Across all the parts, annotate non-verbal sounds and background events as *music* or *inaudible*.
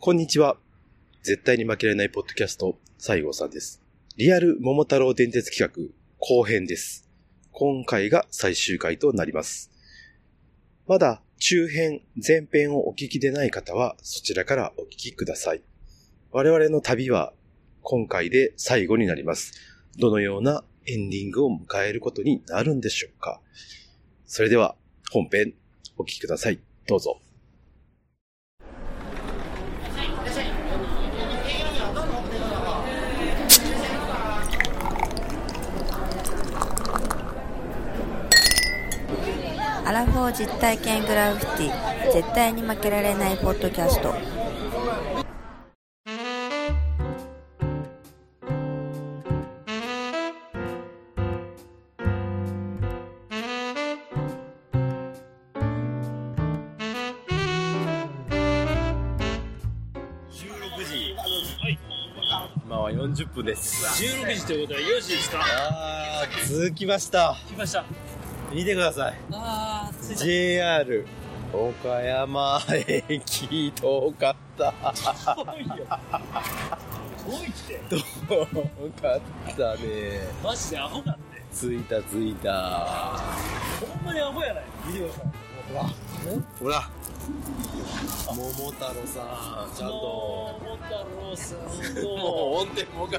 こんにちは。絶対に負けられないポッドキャスト、西郷さんです。リアル桃太郎電鉄企画、後編です。今回が最終回となります。まだ中編、前編をお聞きでない方は、そちらからお聞きください。我々の旅は、今回で最後になります。どのようなエンディングを迎えることになるんでしょうか。それでは、本編、お聞きください。どうぞ。アラフォー実体験グラフィティ絶対に負けられないポッドキャスト16時。今は40分です。 16時ということは4時ですかあー、続きました。来ました。見てください。あー、着い JR 岡山駅、遠かった。た。遠いよ。遠いって。遠かったね。マジでアホなんで。着いた着いた。ほんまにアホやない。見てください。ほら、ほら。桃太郎さん、ちゃんと。桃太郎さんもうと、音程もおかしい。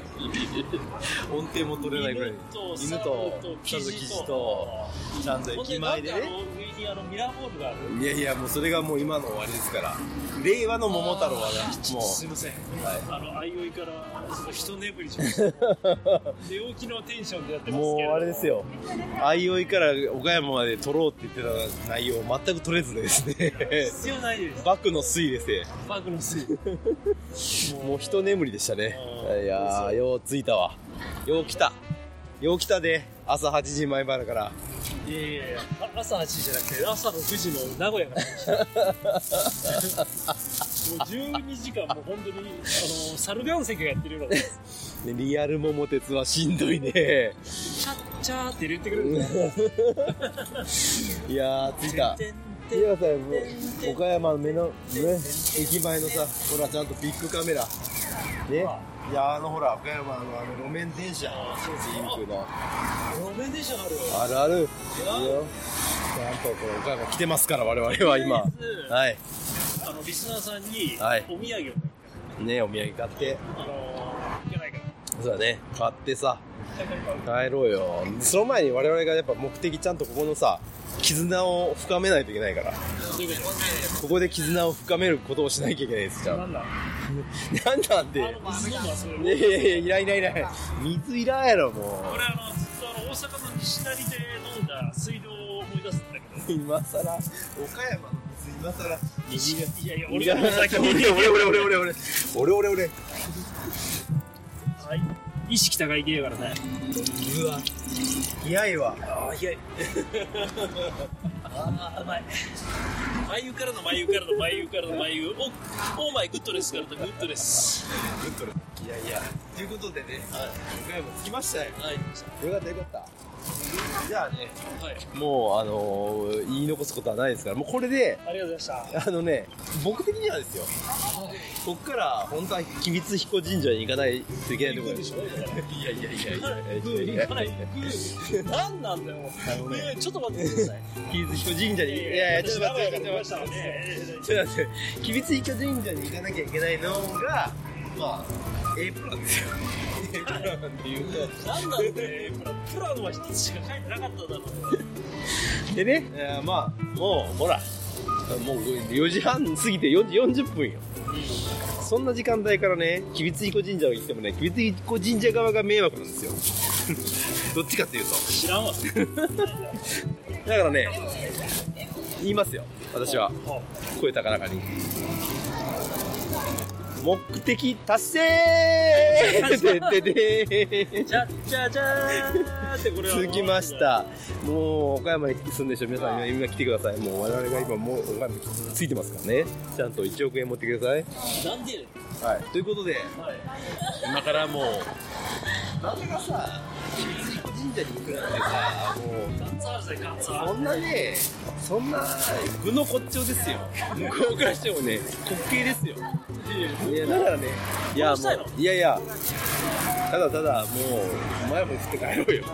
音程も取れないぐらい。犬犬と、と猿と猿とキキジジとと、ちゃんとほん駅で、な前んでだね。ろう、上にあの、ミラーボールがある。いやいや、もうそれがもう今の終わりですから。令和の桃太郎はね、も、すいうません。はいあの、あいおいから、ちょっと人眠りしました。寝起きのテンションでやってますけもど。うあれです。よ。あいおいから岡山まで取ろうって言ってた内容全く取れずです *laughs* ね。必要ないです。バクの推ですね。バグのせい。もう一眠りでしたね。いやー、よう着いたわ。よう来た。よう来たで、朝8時前からから。いやいやいや、あ朝8時じゃなくて、朝の9時の名古屋から来ました。もう12時間、もう本当に、あの、サルビャン席がやってるような、チねリアル桃鉄はしんどいね。ャッチャーって入れてくれるんですよ。いやー、着いた。てんて見てくんださい、もう岡山の目の、ね、駅前のさ、ほら、ちゃんとビッグカメラ。ね。いや、あのほら、岡山のあの路面電車。ピンクの。路面電車があるよ。あるある。いいよ。ちゃんとこれ岡山来てますから、我々は今。とりあはい。あの、リスナーさんに、はいお土産を、ね、お土産買って。あの、いけないかそうだね。買ってさ、な。帰ろうよ。その前に我々がやっぱ目的ちゃんとここのさ、絆を深めないといけないから。というこここで絆を深めることをしなきゃいけないです、じゃとあで。なんだなんなんあで。の、水飲んだそれ。いやいやいや、いらんいらんいらん。水いらんやろ、もう俺、。あの、ずっとあの、大阪の西成で飲んだ水道を思い出すんだけど、今さら岡山の水今さらいやいやいや、俺俺が先に。俺俺俺俺俺俺俺俺はい。意識高い系やからね。うわ嫌いわああ、いや。ああ、うまい。眉からの眉からの眉からの眉。お、オーマイグッドレスからのグッドレス。いやいやということでね岡山着きましたよはい。よかったよかったじゃあねはい。もうあのー言い残すことはないですからもうこれでありがとうございましあのね僕的にはですよこっから本当は君津彦神社に行かないといけないところた。ででししょょいやいやいやいやいやい *laughs* 行やかない行く何なんだよのねいやちょっと待ってください君津彦神社にいやいやちょっと待ってちょっと待って私名古屋から来ましたのでちょっと待って、吉備津彦神社に行かなきゃいけないのが、まあ、A プランですよ。A プランっていうと。何なんでプラプランは一つしか書いてなかっただろうでね、えーまあ、もう、ほら、もう4時半過ぎて4時40分よ。そんな時間帯からね、吉備津彦神社を行ってもね、吉備津彦神社側が迷惑なんですよ。 *laughs* どっちかっていうと。知らんわだからね、言いますよ、私は。声高らかに。目的達 *laughs* 成でででじゃじゃじゃーってこれは続きました。もう岡山に住んでる人、皆さん今来てください。もう我々が今もう岡山についてますからね。ちゃんと1億円持ってください。なんでやねんはい。ということで、はい今からもう、なんでがさ、神社に行くなんてさ、もう、ガッツあるぜ、ガッツあそんなね、そんな、具の骨頂ですよ。向こうからしてもね、滑稽ですよ。いや、だからね、いや、もしたいのう、いやいや、ただただ、もう、前も言って帰ろうよ。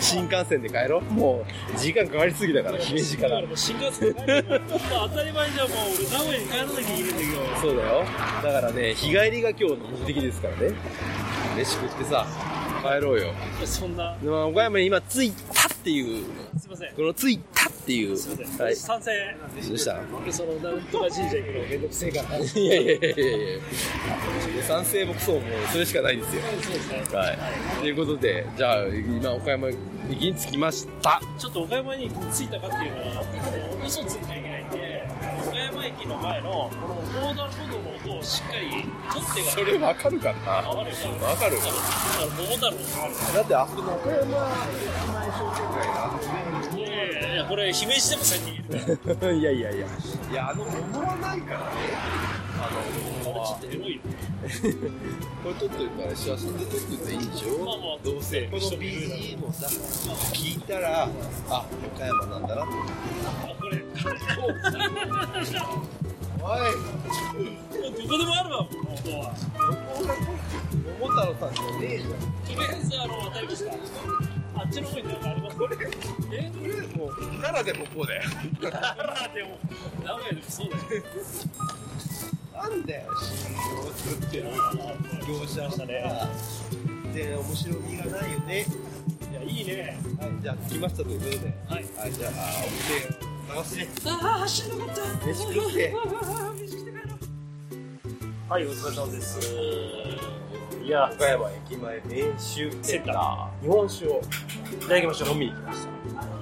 新幹線で帰ろう。もう、時間変わりすぎだから、姫路かだからら。もう新幹線帰るからもう当たり前じゃんもう俺名古屋に帰らなきゃいけないんだけどそうだよ。だからね、日帰りが今日の目的ですからね。飯食ってさ、帰ろうよ。そんなまあ、岡山に今着いたっていう、すいませんこの着いたっていう。すいません、はい。ど賛成うした俺そのなんとか神社行くのめんどくせえからいやいやいやいやいや。賛成もクソもそれしかないですよ。そうですねはい。ということで、じゃあ、今岡山駅に着きました。ちょっと岡山に着いたかっていうのは嘘ついちゃいけないんで岡山駅の前のこの横断歩道の音をしっかり取ってからそれわかるかなわかるよわかるあの桃太郎だってあそこの岡山いやいやいやこれ姫路でも先にいるからこれ *laughs* いやいやいや。いや、あの、思わないからね。あの、ちょっとエロいよこれ撮っといたら写真で撮っといたらいいんでしょまあまあどうせこの BGM をさ聞いたらあ岡山なんだなってあこれおいもうどこでもあるわもうここは桃太郎さんじゃねえじとりあえずあの渡りましたあっちの方になんかありますこれえこれゃんもう奈良でもこうだよでも名古屋でもそうだよなんだよ信用するって業者はさ全然面白みがないよねいやいいねはいじゃあ着きましたということではいはいじゃあお店を探してああ走んなかった飯食ってはいお疲れ様ですいや岡山駅前練習センター日本酒をいただきました飲みに来ました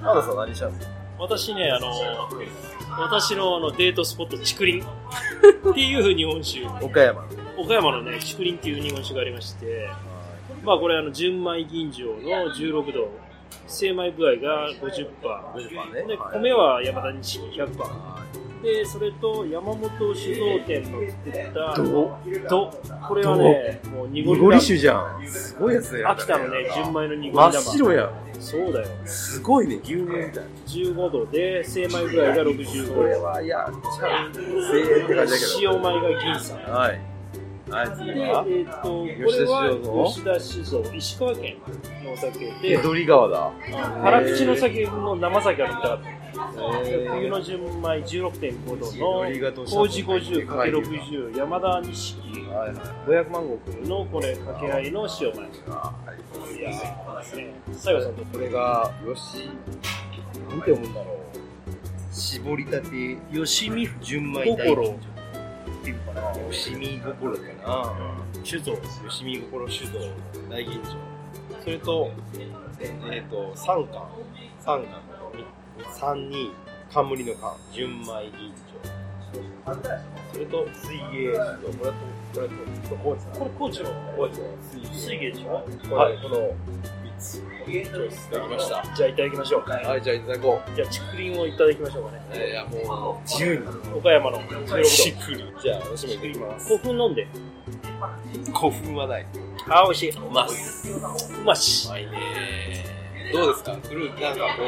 奈良さん何したんですか私ねあの私のあのデートスポット竹林っていう日本酒岡山の岡山のね竹林っていう日本酒がありましてまあこれあの純米吟醸の16度精米具合が50%パー50%ねではい米は山田錦100%パーでそれと山本酒造店の作ったどどこれはねもう濁りがじゃんすごいやつだよ秋田のね純米の濁り真玉っ白やんそうだよすごいね、牛乳みたいな。 15度で精米具合がこれ65は、いや、ちゃう。1000円って感じだけ塩米が銀さんど。はい。はい、で、え次は。ー、とこれ吉田酒造は吉田酒造石川県のお酒でり川だ。辛口の酒の生酒が飲みたかった冬えの純米16.5度緑がどのうしたの麹50かけ60山田錦ー、はいはい。 500万石のこれ掛け合いの塩米いやね最後さんとこれが、よし、なんて読むんだろう。絞りたて、吉見純米大心っていうかな。よしみ心かな。酒造よしみ心酒造、大吟醸。それと、えっ、と、三冠。三冠の三に、冠の冠、純米吟醸。それと、水泳酒造。これと、これと、これと、これ高知のこれと、水芸。水芸でしょこれ、この三つ。チョイスできました。じゃあいただきましょうかはい、じゃあいただこじゃあ竹林をいただきましょうかねう。いや、もう、自由に。岡山の16し度じゃあ、おしめいただきます。古墳飲んで古墳はない。あ美味しいうます。ましいねどうですかフルーツなんかこ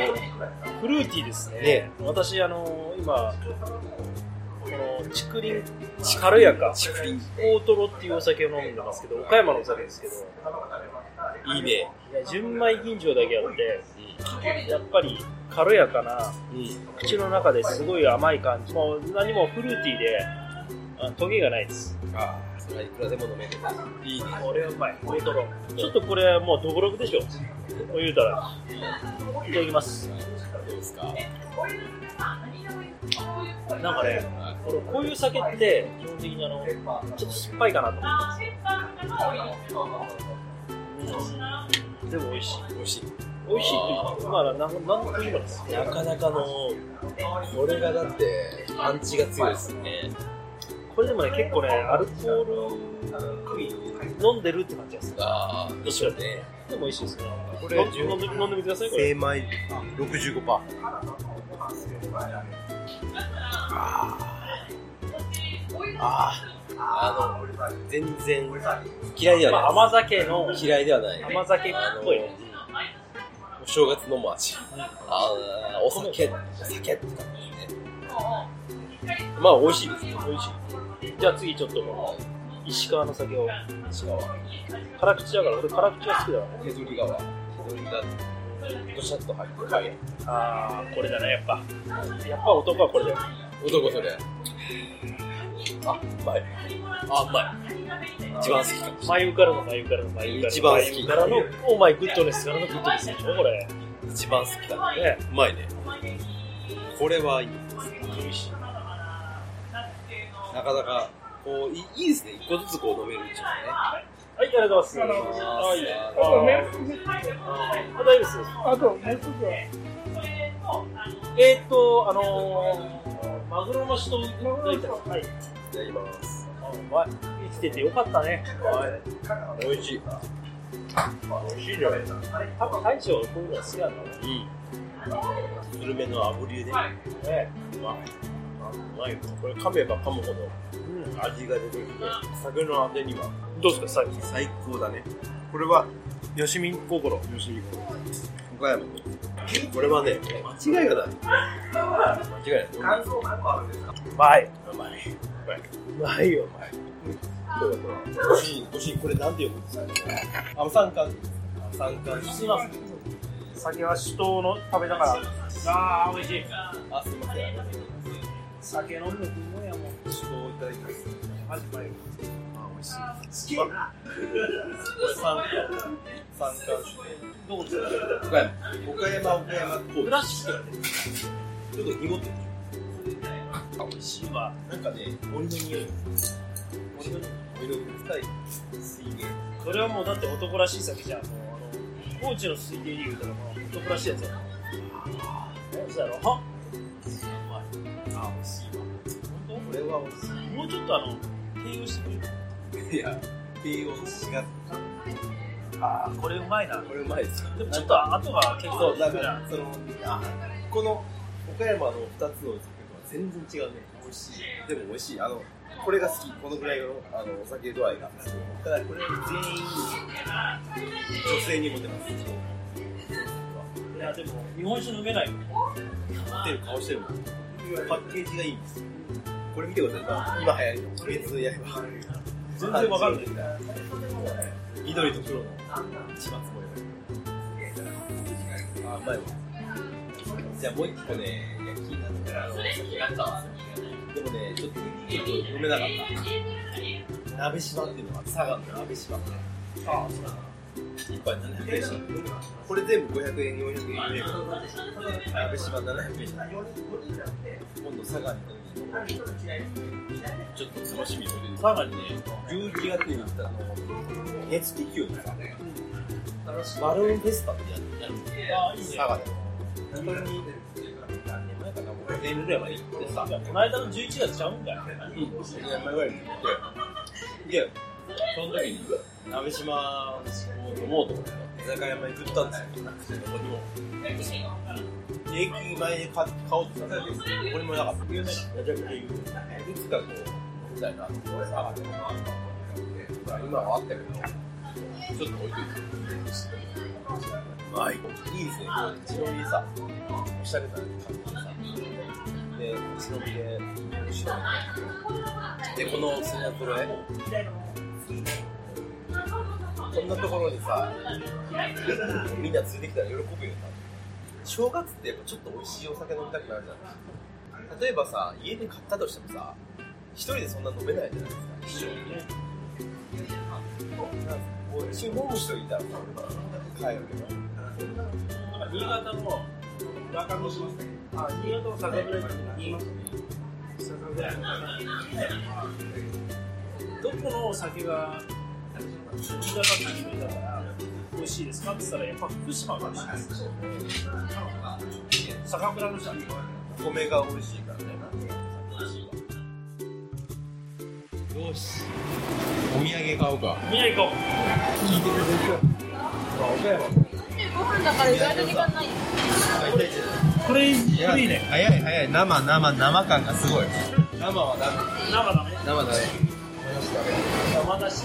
う、フルーティーですねね私あの今この竹林軽やか竹林大トロっていうお酒を飲んでますけど岡山のお酒ですけどいいね。いや純米吟醸だけあってやっぱり軽やかなうん。口の中ですごい甘い感じもう何もフルーティーであトゲがないですああ、それはいくらでも飲める。いいね。これはうまい大トロちょっとこれもうどぶろくでしょ言うたらいただきますどうですかなんかねこれこういう酒って基本的にあのちょっと酸っぱいかなと思ってますでも美味しい美味しい。美味しいってまあなんなんとも言うからですなかなかの、これがだって、パンチが強いですね。これでもね結構ねアルコール飲んでるって感じがするああ、どっちかってね。でも美味しいですねこ飲んで飲んで飲んでみてくださいこれ精米65%。ああ。ああの、全然嫌いでまあ、は甘酒のない。嫌いではない。甘酒っぽい、お正月飲む味。あーお酒、お酒って感じですね。まあ、美味しいですよ。美味しいじゃあ次ちょっとこの石川の酒を石川。辛口だから俺辛口が好きだわ手取り川。手取りが、ごしゃっと入って。はい。ああこれだねやっぱやっぱ男はこれだよ男それ。あ、うまい。あ、うまい。一番好きかもしれない。眉からの眉からの眉からの一番好き眉からのオーマイグッドネスからのグッドネスでしょこれ一番好きだね。ねうまいね。これはいい美味しいなかなか、こう、いいいですね。一個ずつこう飲めるうちははいありがとうございますはね。いああー大丈夫ですあともう一つはえーっとあのー、マグロの人いただいたはいいただきます。あうまい生きててよかったね美味しい。美味しいじゃない多分大将はこういうのが好きなんだろううん。グルメの炙りで、ねうまい。あうまいよこれ噛めば噛むほど味が出てきて、酒のあてにはどうですか最近最高だね。これは、吉見心吉見岡山の。これはね、間違いがない。間違いない。感想うまいうまい。うまいよご主人、ご主人、これなんて呼ぶんですかあの、三冠。三冠。すいません酒は酒盗の食べだからあー美味しいあ、すいません。ありがとうございます酒飲むのうまいやもんちょっといただきます。マジうまいよあ、美味しい。これ三冠。三冠どこですか岡山。岡山、岡山。プラスチックだねちょっと濁ってる。あ、美味しいわ。なんかね、森の匂い。森の匂い。深い水源。それはもうだって男らしい酒じゃんもうあの高知の水源で言うたらもう男らしいやつやろそうやろはあ、美味しいわ。本これは美味当もうちょっとあの形容してくれるしい。いや、低温しが。ああこれうまいなこれうまいですよ。でもちょっと後が結構そう、だ楽からな、その、あ、この岡山の二つのお酒とは全然違うね。美味しい。でも美味しい。あの、これが好き。このぐらいの、あの、お酒度合いが。ただ、これ全員、女性にモテます。いやでも日本酒飲めないよ持ってる顔してるもん。パッケージがいいんですよ。これ見てください。今流行りの、鬼滅の刃。全然わかんない緑と黒の、一番すごいあ、うまいわ。じゃあもう一個ね、焼きになったら、あの先があったんですよ。でもね、ちょっと、ちょっと読めなかった。鍋島っていうのが、佐賀の鍋島って。ああ、そうなの。一杯700円した。これ全部500円、400円入れるから。鍋島700円した。今度佐賀に行った時に、ちょっと楽しみにしてる。佐賀にね、11月に行ったの、熱気球のさ、バルーンフェスタってやるやるんですよああいいね佐賀で本当に何年前かなもう5年ぐらいまで行ってさいやこの間の11月ちゃうんだようん5年前ぐらいに行ってでその時に鍋島を飲もうと思って居酒屋まで振ったんですよどこにも駅前で買おうとしたんだけどこれもなかっためちゃくちゃ有名いつかこうみたいな佐賀で今はあったけどちょっと置いといてはい、いいですね、こう忍びでさ、おしゃれな感じでさ、で、忍びで、面白いねで、この砂黒へ、こんなところにさ、みんな連れてきたら喜ぶよな。正月ってやっぱちょっと美味しいお酒飲みたくなるじゃん。例えばさ、家で買ったとしてもさ、一人でそんな飲めないじゃないですか、一生。こう注文しておいたらさ、俺は帰るけど。なんか新潟の中野市あ新潟の酒蔵に酒蔵どこのお酒が新潟って有名だから美味しいですかって言ったらやっぱ福島が美味しいです酒蔵の人は米が美味しいからね。よし。お土産買おうか。宮城行こご飯だから意外と時間ないよ。うこれこれいいね早い早い。生生生感がすごい。生は生だね生。生だね。ましたね。山梨。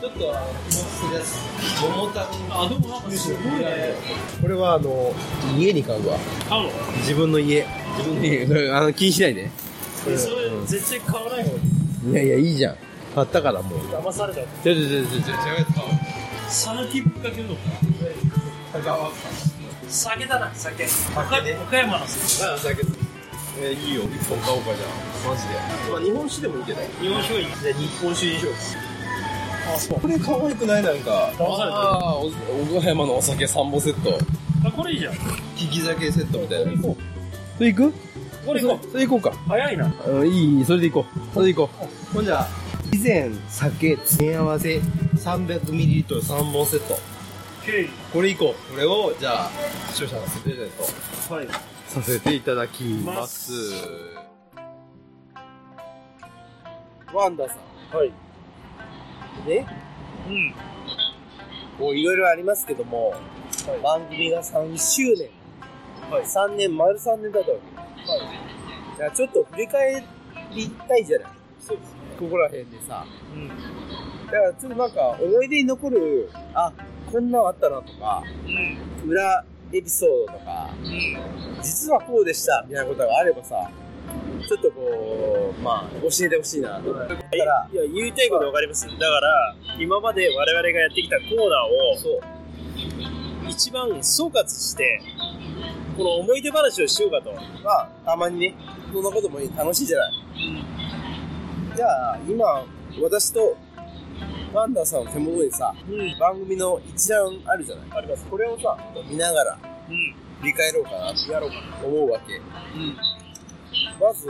ちょっとあの気持ちです。桃太郎。あ、でもなんかすごいね。これはあの家に買うわ買うの自分の家自分の家あの気にしないでえそれ絶対買わない方がいいいやいやいいじゃん買ったからもう騙されたらちょちょちょちょちょ讃岐ぶっかけうどんか酒だな酒岡岡山の酒えーいいよ一本買おうかじゃあマジでまあ日本酒でもいいけど日本酒がいいじゃあ日本酒にしようかあそうこれ可愛くないなんか騙されたああ小山のお酒3本セットあこれいいじゃん利き酒セットみたいなこそれ行くこれ行こそれ行こうかう早いなうんいいいいそれで行こうそれで行こうほんじゃ以前酒詰め合わせ 300ml3 本セット経これ行こうこれをじゃあ視聴者のプレゼント緯はいさせていただきますワンダさんはいねうんこういろいろありますけども、番組が3周年、はい3年丸3年だったわけ、じゃあちょっと振り返りたいじゃないそうですねここら辺でさうんだからちょっとなんか思い出に残るあこんなのあったなとかうん裏エピソードとかうん実はこうでしたみたいなことがあればさちょっとこうまあ教えてほしいなとだからいや言いたいことわかりますだから今まで我々がやってきたコーナーを一番総括してこの思い出話をしようかとまあたまにねそんなこともいい楽しいじゃないじゃあ今私とワンダーさんの手元にさうん番組の一覧あるじゃないありますこれをさ見ながらうん振り返ろうかなやろうかな思うわけうんまず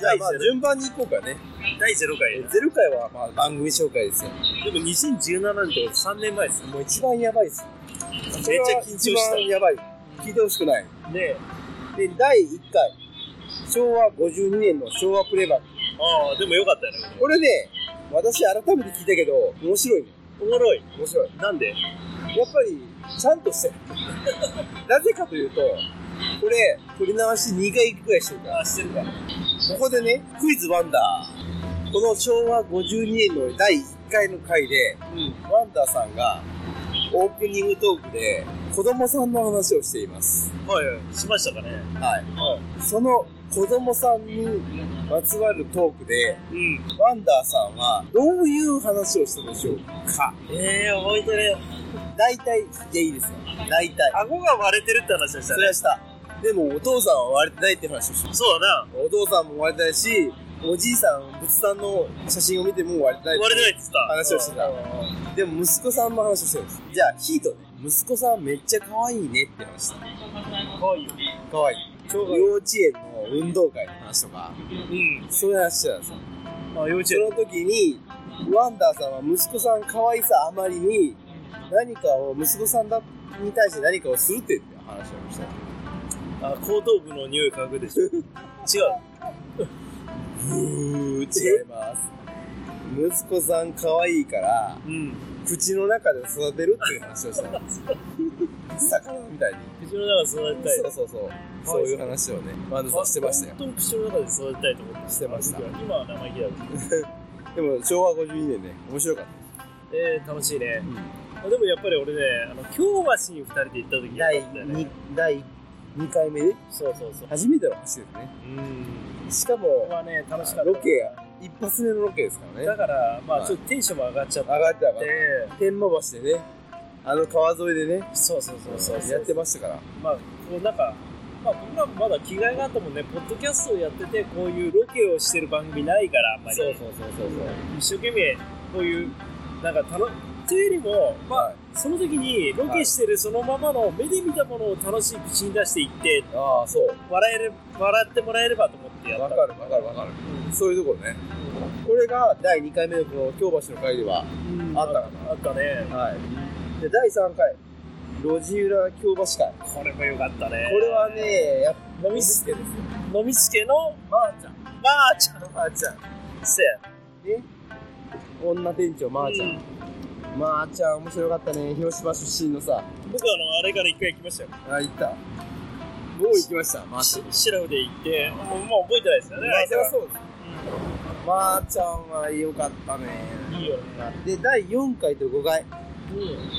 じゃあま第あゼロ順番に行こうかね第0回ゼロ回はまあ番組紹介ですよでも2017年と3年前ですもう一番やばいですめっちゃ緊張しそれは一番やばい聞いてほしくないたねで第1回昭和52年の昭和プレイバックああでもよかったよねこれね私改めて聞いたけど面白いねおもろい面白いなんでやっぱりちゃんとしてるなぜかというとこれ取り直し2回ぐらいしてるからしてるからここでねクイズワンダーこの昭和52年の第1回の回でうんワンダーさんがオープニングトークで子供さんの話をしていますはいはいしましたかねはいはその子供さんにまつわるトークでいうんワンダーさんはどういう話をしたでしょうかええ覚えてね大体でいいですよ大体顎が割れてるって話でしたそねれはしたでもお父さんは割れてないって話をしたそうだなお父さんも割れてないしおじいさん仏壇の写真を見ても割れてない割れてないって言ってた話をしてたでも息子さんも話をしてるんですじゃあヒートね息子さんめっちゃ可愛いねって話した可愛いよ可愛い幼稚園の運動会の話とかうんそういう話してたんですよあ幼稚そ園の時にワンダーさんは息子さん可愛さあまりに何かを息子さんだに対して何かをするっていう話をしたあ後頭部の匂い嗅ぐで *laughs* しょ違う違います息子さん可愛いからうん口の中で育てるっていう話をしたんです *laughs* 魚みたいに口の中で育てたいそうそうそうそういう話をねワンダーさんしてましたよ本当に口の中で育てたいと思ってしてました今は生意気だけどでも昭和52年ね面白かっえー、楽しいねた、、でもやっぱり俺ねあの京橋に2人で行った時やったんだよね第2回目でそうそうそう初めての話ですねうんしかここもはね楽しかったロケが一発目のロケですからねだからまはあいちょっとテンションも上がっちゃっ上てがってたから天満橋でねあの川沿いでねそうそうそうそうやってましたからまあこうなんかまあ僕らもまだ着替えがあったもんねポッドキャストをやっててこういうロケをしてる番組ないからあんまりそうそうそうそうそう一生懸命こういうなんかたのっていうよりもまあ、はいその時にロケしてるそのままの目で見たものを楽しい口に出していってああそう笑える笑ってもらえればと思ってやったわかるわかるわかる、そういうところねこれが第2回目のこの京橋の会ではうんあったかあったねなはいで第3回路地裏京橋会これもよかったねこれはねやっぱ飲みすけですよ飲みすけのまー、ちゃんまあちゃんまー、ちゃんせやね女店長まー、ちゃん、うんまー、ちゃん面白かったね広島出身のさ僕あのあれから一回行きましたよあ行ったもう行きましたまー、ちゃんシシラフで行ってもうもう覚えてないですよねまあそりゃそうですまー、ちゃんは良かったねいいよね。で第4回と5回うん。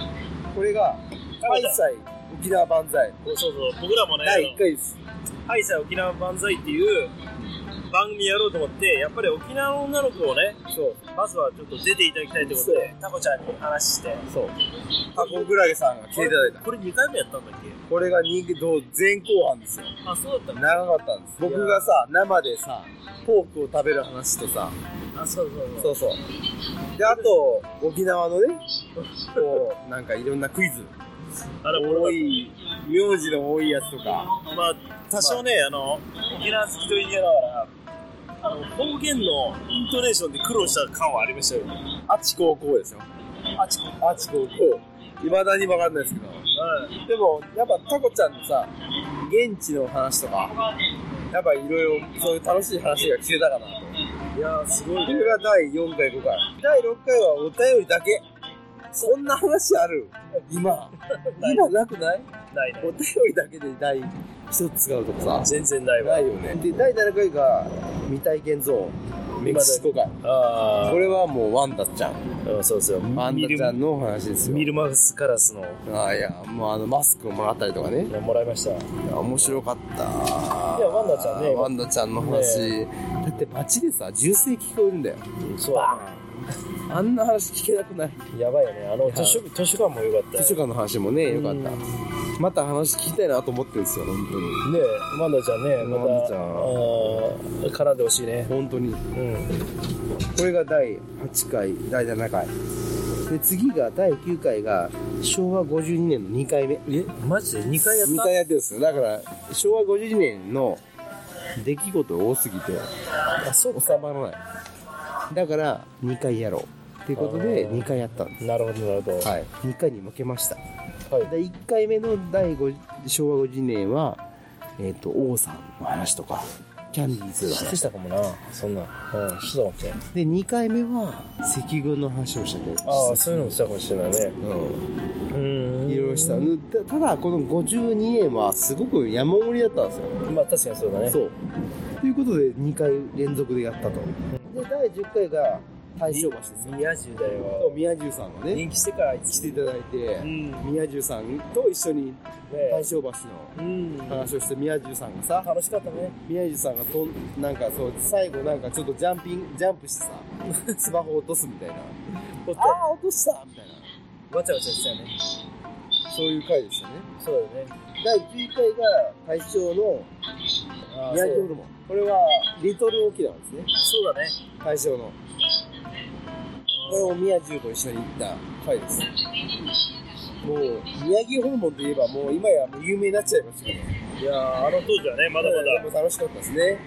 これが開催沖縄万歳そうそう。僕らもね、第1回ですハイサイ沖縄万歳っていう番組やろうと思って、やっぱり沖縄の女の子をね、そうまずはちょっと出ていただきたいということで、タコちゃんに話して。そうタコクラゲさんが来ていただいたこれ2回目やったんだっけこれが人気どう前後半ですよあ、そうだったね。長かったんです僕がさ生でさポークを食べる話とさあ、そうそうそう。そうそうであと沖縄のねこうなんかいろんなクイズあれ、多俺い名字の多いやつとかは、まあ、多少ね、あの、沖縄好きと言いながら、あの、方言のイントネーションで苦労した感はありましたよ。あちこうこうですよあちこ。あちこうこういまだに分かんないですけどうん。でもやっぱタコちゃんのさ現地の話とかやっぱいろいろそういう楽しい話が聞けたかなといやー、すごいこね。れが第4回5回第6回はお便りだけそんな話ある今 *laughs* 今なくないないねお便りだけで第一つ使うとかさ全然ないわ。ないよねで第7回が未体験ゾーンメキシコ回あこれはもうワンダちゃんあ、うんそうですよ。ワンミダルちゃんのお話ですよミルマウスカラスの、ああいやもうあのマスクをもらったりとかねもらいました。いや面白かったいやワンダちゃんねワンダちゃんの話、だって街でさ銃声聞こえるんだよそうバーンあんな話聞けなくないやばいよね。あの、図書図書館も良かったよ。図書館の話もねよかったうんまた話聞きたいなと思ってるんですよ本当にねえ、マンダちゃんね、また、マンダちゃんあー絡んでほしいね。本当にうん。これが第8回第7回で次が第9回が昭和52年の2回目え、マジで2回やっ2た回やってるんですよだから昭和52年の出来事が多すぎてあ、そう収まらないだから2回やろうっていうことであー2回やったんですなるほど、なるほど。はい2回に負けましたはい第1回目の第5昭和50年は、えー、と王さんの話とかキャンディーズのして話したかもな、そんな。うん、してたかもしれない。で2回目は赤軍の話をしたけどああ、そういうのもしたかもしれないね。ううんんいろいろしたぬたただこの52年はすごく山盛りだったんですよ、まあ、確かにそうだね。そうということで2回連続でやったとで第10回が大正橋ですよ宮中だよ。宮中さんがね人気してから一来ていただいて、ん。ね宮中さんと一緒に大正橋のうん。話をして宮中さんがさ楽しかったね。宮地さんがとんなんかそう最後なんかちょっとジャンピングジャンプして *laughs* さスマホ落とすみたいなこうやっああ落としたみたいなてわちゃわちゃしたよね。そういう回でしたねそうだよね。第9回が大正のああ宮地ホルモンこれはリトル沖縄ですねそうそうだね。大正のこれを宮中と一緒に行った回ですもう宮城ホルモンといえばもう今やもう有名になっちゃいましたけどいやーあの当時はね、まだまだで。も楽しかったですね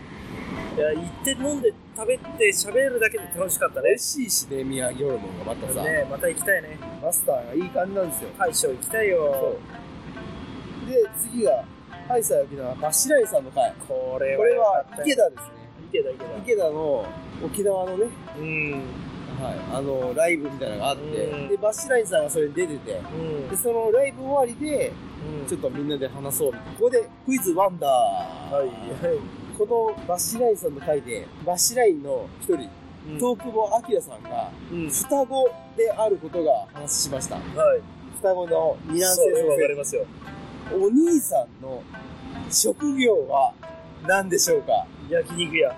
いや、行って飲んで食べて喋るだけで楽しかったね。嬉しいしね宮城ホルモンがまたさ、ね、また行きたいね。マスターがいい感じなんですよ大将行きたいよ。で次がハイサイ沖縄柱井さんの会これは。これは池池田。田ですね池田、池池田の沖縄のね、田。うん。はい、あのライブみたいなのがあってうんで柱井さんがそれに出ててうんで。そのライブ終わりでちょっとみんなで話そうみたいなここでクイズワンダー、はい、はい。この柱井さんの会で柱井の一人と、東久保明さんがうん。双子であることが話しましたはい。双子の二男性そう先わか生りますよ。お兄さんの職業は何でしょうか焼肉屋。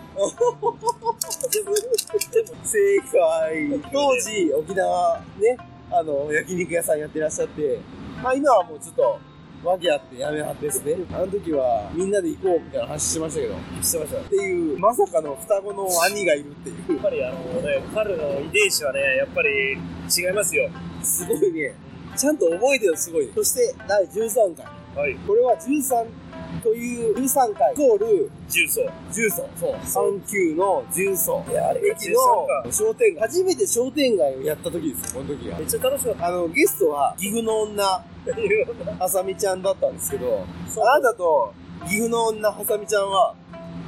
正解当時沖縄ねあの焼肉屋さんやってらっしゃって、まあ、今はもうちょっと訳あってやめはってですねあの時はみんなで行こうみたいな話しましたけどしてました。やっていうまさかの双子の兄がいるっていうっぱりあのね、彼の遺伝子はね、やっぱり違いますよ。すごいねちゃんと覚えてるのすごいそして第13回はい。これは13という13回イコール重曹。重曹そう三級の重曹駅13の商店街初めて商店街をやった時ですよこの時がめっちゃ楽しかっあのゲストは岐阜の *laughs* 女たっていう。はさみちゃんだったんですけどそうあなたと岐阜の女はさみちゃんは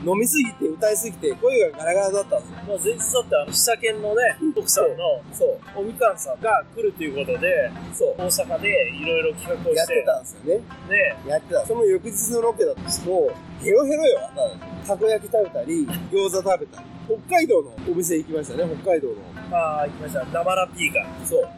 飲みすぎて歌いすぎて声がガラガラだったんですよまあ、前日だってあの、下県のね、奥さんの、そおみかんさんが来るということで、うそ大阪でいろいろ企画うをやっしてて、たんですよねね、やってたその翌日のロケだともうヘロヘロよあなたたこ焼き食べたり餃子食べたり北海道のお店行きましたね、北海道の。ああ、行きました。ダマラピーカそう。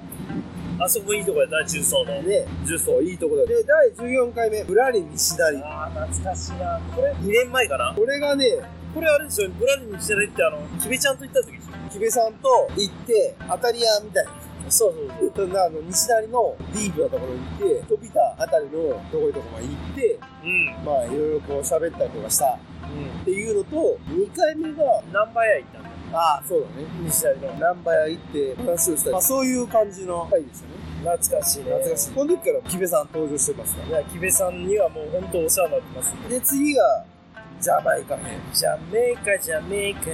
あそこいいとこやった、重曹の。ね、重曹。そう、いいとこだ。で、第14回目、ぶらり西成。ああ、懐かしいな。これ、2年前かな。これがね、これあれですよ、ブラジルにしたらって、あの、キベちゃんと行った時でしょ。木部さんと行って、当たり屋みたいな。そうそうそう。そんなあの西成のディープなところに行って、飛びたあたりのどこいとこまで行って、うん。まあいろいろこう喋ったりとかしたうっていうのと、2回目が、ん。何倍や行ったんだよ。ああ、そうだね。西成の南波屋行って話をしたり、まあそういう感じの回でしたね。懐かしいね。懐かしい。この時から木部さん登場してますからいや、キベさんにはもう本当お世話になってます。で、次が、ジャマイカ編。ジャメイカ、ジャメイカ。ジ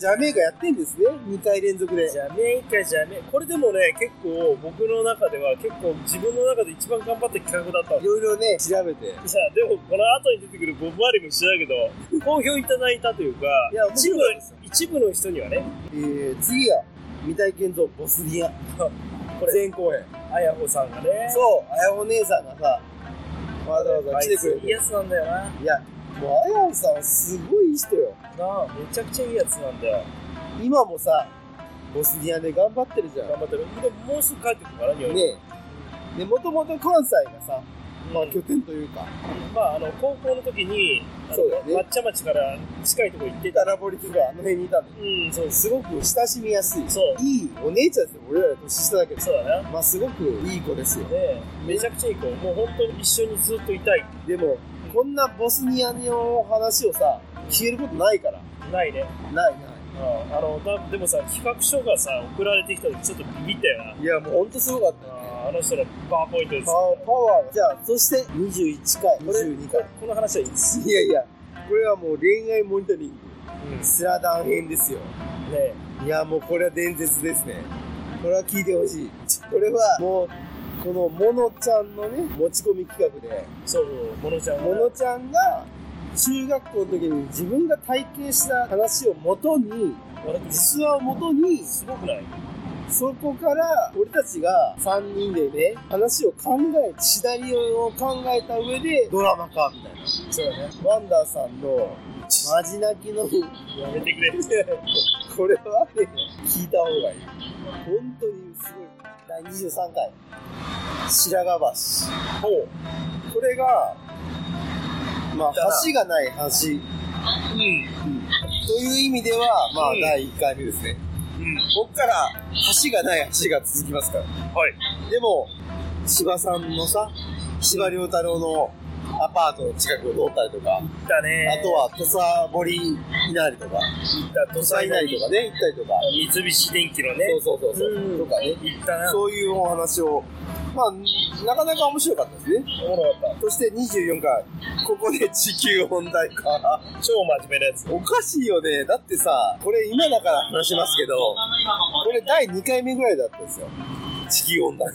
ジャメイカやってんですね。2回連続で。ャメイカ、ジャメイカ。これでもね、結構僕の中では結構自分の中で一番頑張った企画だったんいろいろね、調べて。さあでもこの後に出てくるボブ・マリも一緒だけど *laughs* 好評いただいたというかいや面一白部のかったですよ一部の人にはねえー、次が、未体験像ボスニア。 *laughs* これ前後編。あやほさんがねそう、あやお姉さんがさ、わざわざあい来てくれついいて。やつなんだよないや、もうあやおさんはすごいいい人よ。なあめちゃくちゃいいやつなんだよ今もさ、ボスニアで頑張ってるじゃん。頑張ってるでももうすぐ帰ってくるから日本にねえ。で、もともと関西がさ、うんまあ拠点というか、まああの高校の時にあのそうだよね抹茶町から近いとこ行ってたダラボリとかあの辺にいたのよ。うんそうすごく親しみやすい。そういいお姉ちゃんですよ。俺らより年下だけど。そうだなまあすごくいい子ですよ。でめちゃくちゃいい子もう本当に一緒にずっといたいでも、こんなボスニアの話をさ、消えることないから。ないねないな。うんあのだでもさ企画書がさ送られてきた時ちょっとビビったよないいや、もうほんとすごかったよね。あーあの人のパワーポイントですパよワー、パワーが。じゃあ、そして21回、22回。この話はいいです、いやいや、これはもう恋愛モニタリング、うん、ねスラダン編ですよ。えいや、もうこれは伝説ですね。これは聞いてほしい。これはもう、このモノちゃんのね、持ち込み企画で、そうモノちゃんモはノちゃんが中学校の時に自分が体験した話をもとに、俺ってす実話をもとに、すごくないそこから俺たちが3人でね、話を考え、シナリオを考えた上でドラマ化みたいな。そうだね。ワンダーさんのマジ泣きのやめてくれこれはね、聞いた方がいい。本当にすごい。第23回。白髪橋。ほう。これが、まあ、橋がない橋。うんという意味では、まあ、うん第1回目ですね。うんここから、橋がない橋が続きますから。はいでも、芝さんのさ、芝良太郎のアパートの近くを通ったりとか、だねあとは土佐堀稲荷とか、だ土佐稲荷とかね、行ったりとか、三菱電機のねそうそうそうそう、とかね、行ったなそういうお話を、まあ、なかなか面白かったですね。おもろかっそして24回、ここで地球温暖化。た超真面目なやつおかしいよね。だってさ、これ今だから話しますけど、これ第2回目ぐらいだったんですよ。地球温暖化。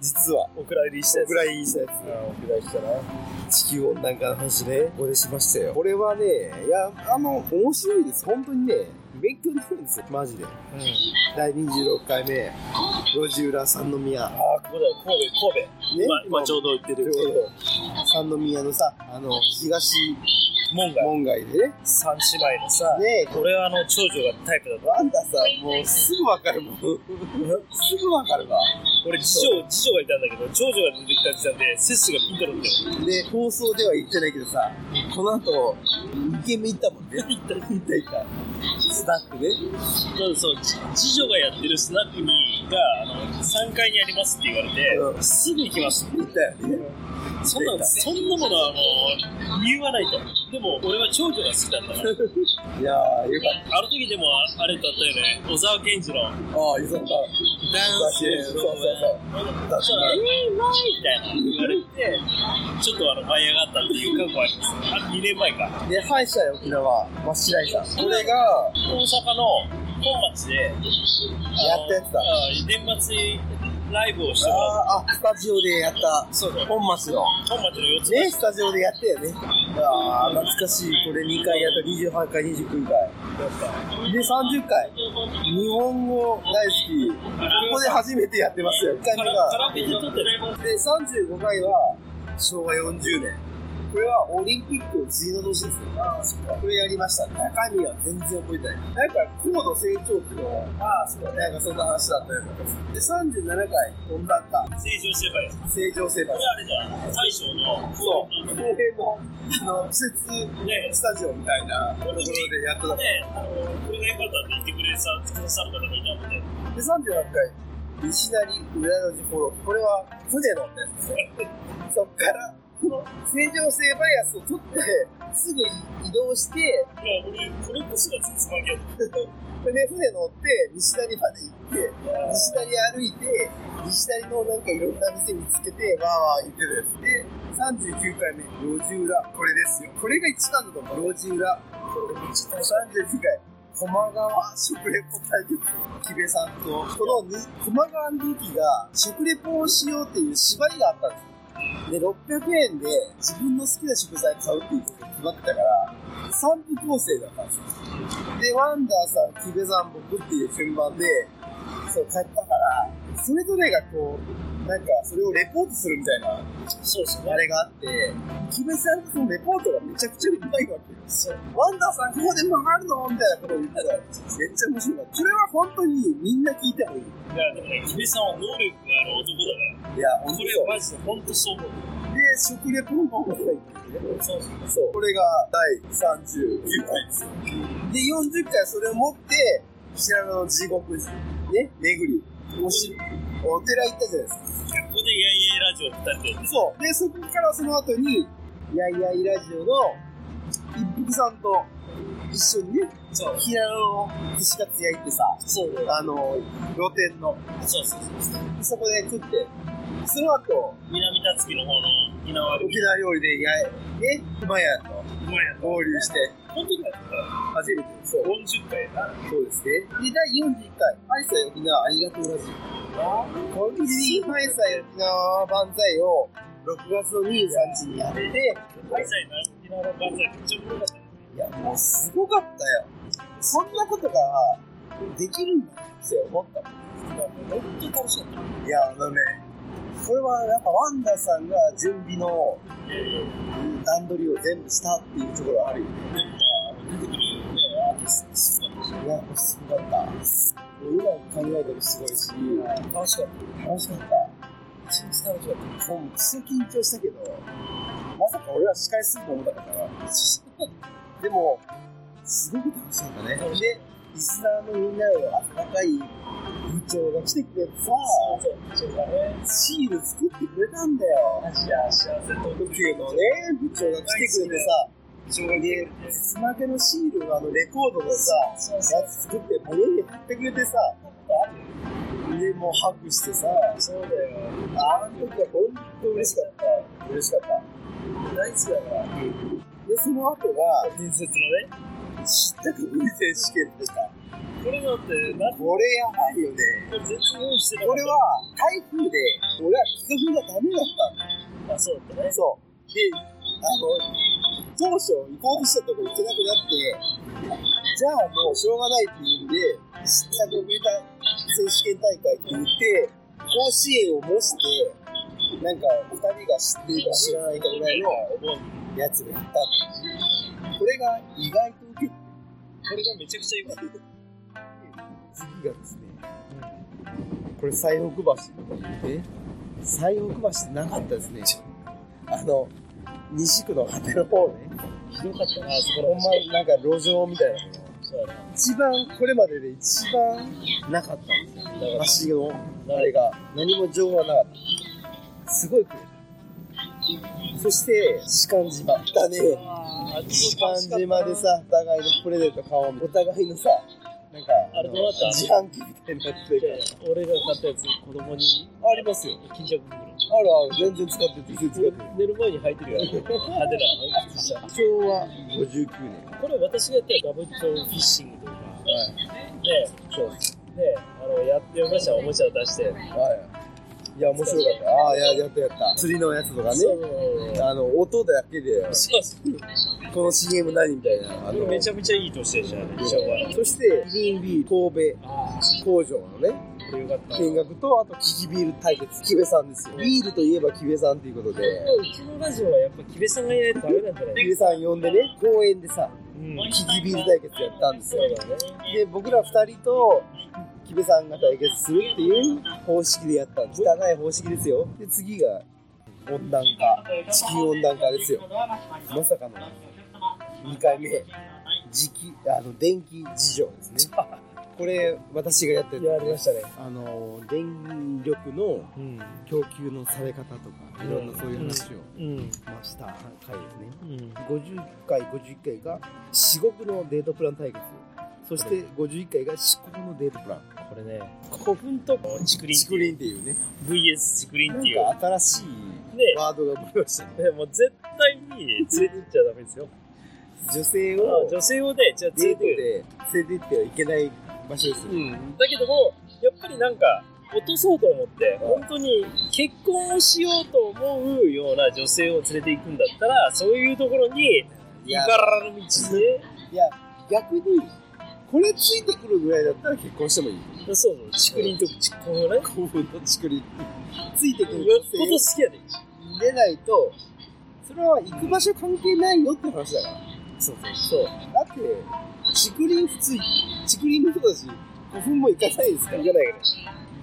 実は。 *laughs* お蔵入りしたやつぐらいいいしたやつ。あーお蔵入りしたな地球温暖化の話ね、これしましたよ。これはね、いや、あの、面白いです。本当にね、勉強になるんですよ、マジで。第26回目、路地裏三あ宮。ね、ーここだよ神戸神戸今今ちょうど行ってるど。三宮のさ、あの、東門外門外でね。三姉妹のさね俺はあの長女がタイプだとワンダさん、もうすぐわかるもん。すぐわかるわ。俺次女次女がいたんだけど長女が出てきた時点で接種がピンとるんだよで、放送では言ってないけどさ、この後、イケメン行ったもんね。行った、行った、行った。スナックね。そうそうじ次女がやってるスナックにがあの3階にありますって言われて、うんすぐ行きました行ったよね。そん行っなたそんなものはあの理由はないとでも俺は長女が好きだった *laughs* からいやー、よかっあの時でもああれだったよね小沢健二の「た。ああ、よかった。ダンス」そうそうそうそしたら「えー、ない」みたいな言われてちょっとあの舞い上がったっていう過去ありますあ2年前かで、歯医者よ、沖縄。真っ白井さん。これが、大阪の本町でややったやつだ年末ライブをしてもらっあーあ、スタジオでやった。そうだよ本町の。た本町の四つね、スタジオでやったよね。ああ、懐かしい。これ2回やった。28回、29回。で、30回。日本語大好き。ここで初めてやってますよ。1回カ目ラカが。ラオケで撮ってるで、35回は、昭和40年。これはオリンピックの次の年ですね。ああ、そっか。これやりましたね。中身は全然覚えてない。なんか、高度成長期の、ああ、そうだ。なんかそんな話だったような気がする。で、37回温暖化。正常生活。正常生活。これあれじゃん。大将の、そう。公平の、あの、施設、ね、スタジオみたいなところでやっとだね、あの、これが良かったって言ってくれさ、くださる方がいたので。で、38回。西成裏の地フォロー。これは船のやつですね。そっから、この正常性バイアスを取って、すぐ移動して、いや、俺、これこそが絶望やで、船乗って、西成まで行って、西成歩いて、西成のなんかいろんな店見つけて、わーわー言ってたやつで、39回目、路地裏。これですよ。これが一番だと思う。路地裏。39回。駒川食レポ対決木部さんとこのに駒川の時が食レポをしようっていう縛りがあったんですよで、600円で自分の好きな食材買うっていうことが決まってたから、3部構成だったんですよ。で、ワンダーさん、キベさん、僕っていう順番で、そう、買ったから、それぞれがこう、なんか、それをレポートするみたいな、そうそう、あれがあって、キベさんのそのレポートがめちゃくちゃうまいわけよ。そう。ワンダーさん、ここで曲がるのみたいなことを言ったら、めっちゃ面白かった。それは本当にみんな聞いてもいい。いや、でもね、キベさんは能力がある男だから、いや、これマジで本当そう思う。で、食レポも面白いっていうね。そうそう。これが第39回ですよ。で、40回それを持って、平野の地獄ですね、巡り。おしお寺行ったじゃないですか。ここでやいやいラジオってって。そう。で、そこからその後に、やいやいラジオの一服さんと一緒にね、そう平野の寿司カツ焼いてさ、そうあの、露天の。そうそうそう。そこで食って、その後、南たつきの方の沖縄料理。でや、ね、熊屋と合流して。本当に初めてそう。40回そうですね。で、第41回、ハイサイ沖縄ありがとうラジオ。コンビニハイサイ沖縄万歳を6月の23日にやって、ハイサイ沖縄万歳めっちゃ面白かったいや、もうすごかったよ。そんなことができるんだって思ったもん。本当に楽しかった。いや、あのね、これはなんかワンダさんが準備の段取りを全部したっていうところはあるよね。いや、すごかった。今考えてもすごいし、楽しかった。楽しかった。一日楽しかった。もう、くそ緊張したけど、まさか俺は司会すると思わなかったから。でも、すごく楽しかったね。で、リスナーのみんなの温かい部長が来てくれてさ、シール作ってくれたんだよ。時計のね、部長が来てくれてさ、ちょうどね、スマケのシールのあのレコードのさ、やつ作って、盛り上げ買ってくれてさ、で、もうハグしてさ、そうだよ。あの時は本当嬉しかった。嬉しかった。大好きだから。で、その後が、伝説のね、知ったかぶり選手権とか。これだって、これやばいよね。これは、台風で、俺は企画がダメだったんだあ、そうだったね。そう。で、あの、当初行こうとしたとこ行けなくなって、じゃあもうしょうがないっていうんで、失策を向いた選手権大会って言って、甲子園を模して、なんか2人が知っているか知らないかぐらいのやつでやったのこれが意外と受けて、これがめちゃくちゃ良かった。次がですね、これ西北橋。え西北橋ってなかったですね。あの、西区の果ての方ね。ひどかったな、そこほんま、なんか路上みたいなのが一番、これまでで一番なかったんですよ。橋の、あれが。何も情報はなかった。すごい来る。そして、士官島。だね。士官島でさ、お互いのプレゼント買おうみたいな。お互いのさ、なんか、あの自販機みたいなやつで俺が買ったやつ子供にありますよ。巾着袋あるある、全然使ってて、全然使ってて。寝る前に履いてるやつ派手な靴下昭和59年。これ私がやったらガブチョウフィッシングとか、でそうです。であのやってましたおもちゃを出して、はい。いや、面白かった。ああ、いや、やったやった。釣りのやつとかね。そうあの、音だけで、そうそうこの CM 何みたいな。あのめちゃめちゃいい年でしたね昭和そして、グリーンビー神戸工場のね、ってよかった。見学と、あと、キキビール対決、キベさんですよ。ビールといえばキベさんということで、うちのラジオはやっぱ木部さんがいないとダメなんじゃないキベさん呼んでね、公園でさ、うん。キキビール対決やったんですよ。そうだね。で、僕ら二人と、キベさんが対決するっていう方式でやったんです。汚い方式ですよ。で、次が、温暖化、地球温暖化ですよ。まさかの、2回目、時期、あの、電気事情で *laughs* すね。これ、私がやってやりましたね。あの、電力のうん。供給のされ方とか、いろんなそういう話を、うん。まあ、した回ですね。うん。 50回、51回が至極のデートプラン対決。そして51回が至極のデートプラン。これね、古墳と竹林チクリンっていうね。 VS 竹林なっんていう。か新しいワードが生まれましたね。ね、もう絶対に連れて行っちゃダメですよ。女性を女性をね、じゃあ連デれーてトくる。で連れてってはいけない場所ですよう。ん。だけども、やっぱりなんか、落とそうと思って、本当に結婚をしようと思うような女性を連れて行くんだったら、そういうところに、いいやからぬ道で、いや、逆に、これついてくるぐらいだったら結婚してもいい。そうそう、竹林と竹根をね、よっ興奮のチクリン。ついてくるぽど好きやで。出ないと、それは行く場所関係ないよって話だから。そうそう。だって、竹林普通、竹林の人たち、古墳も行かないですから。行かない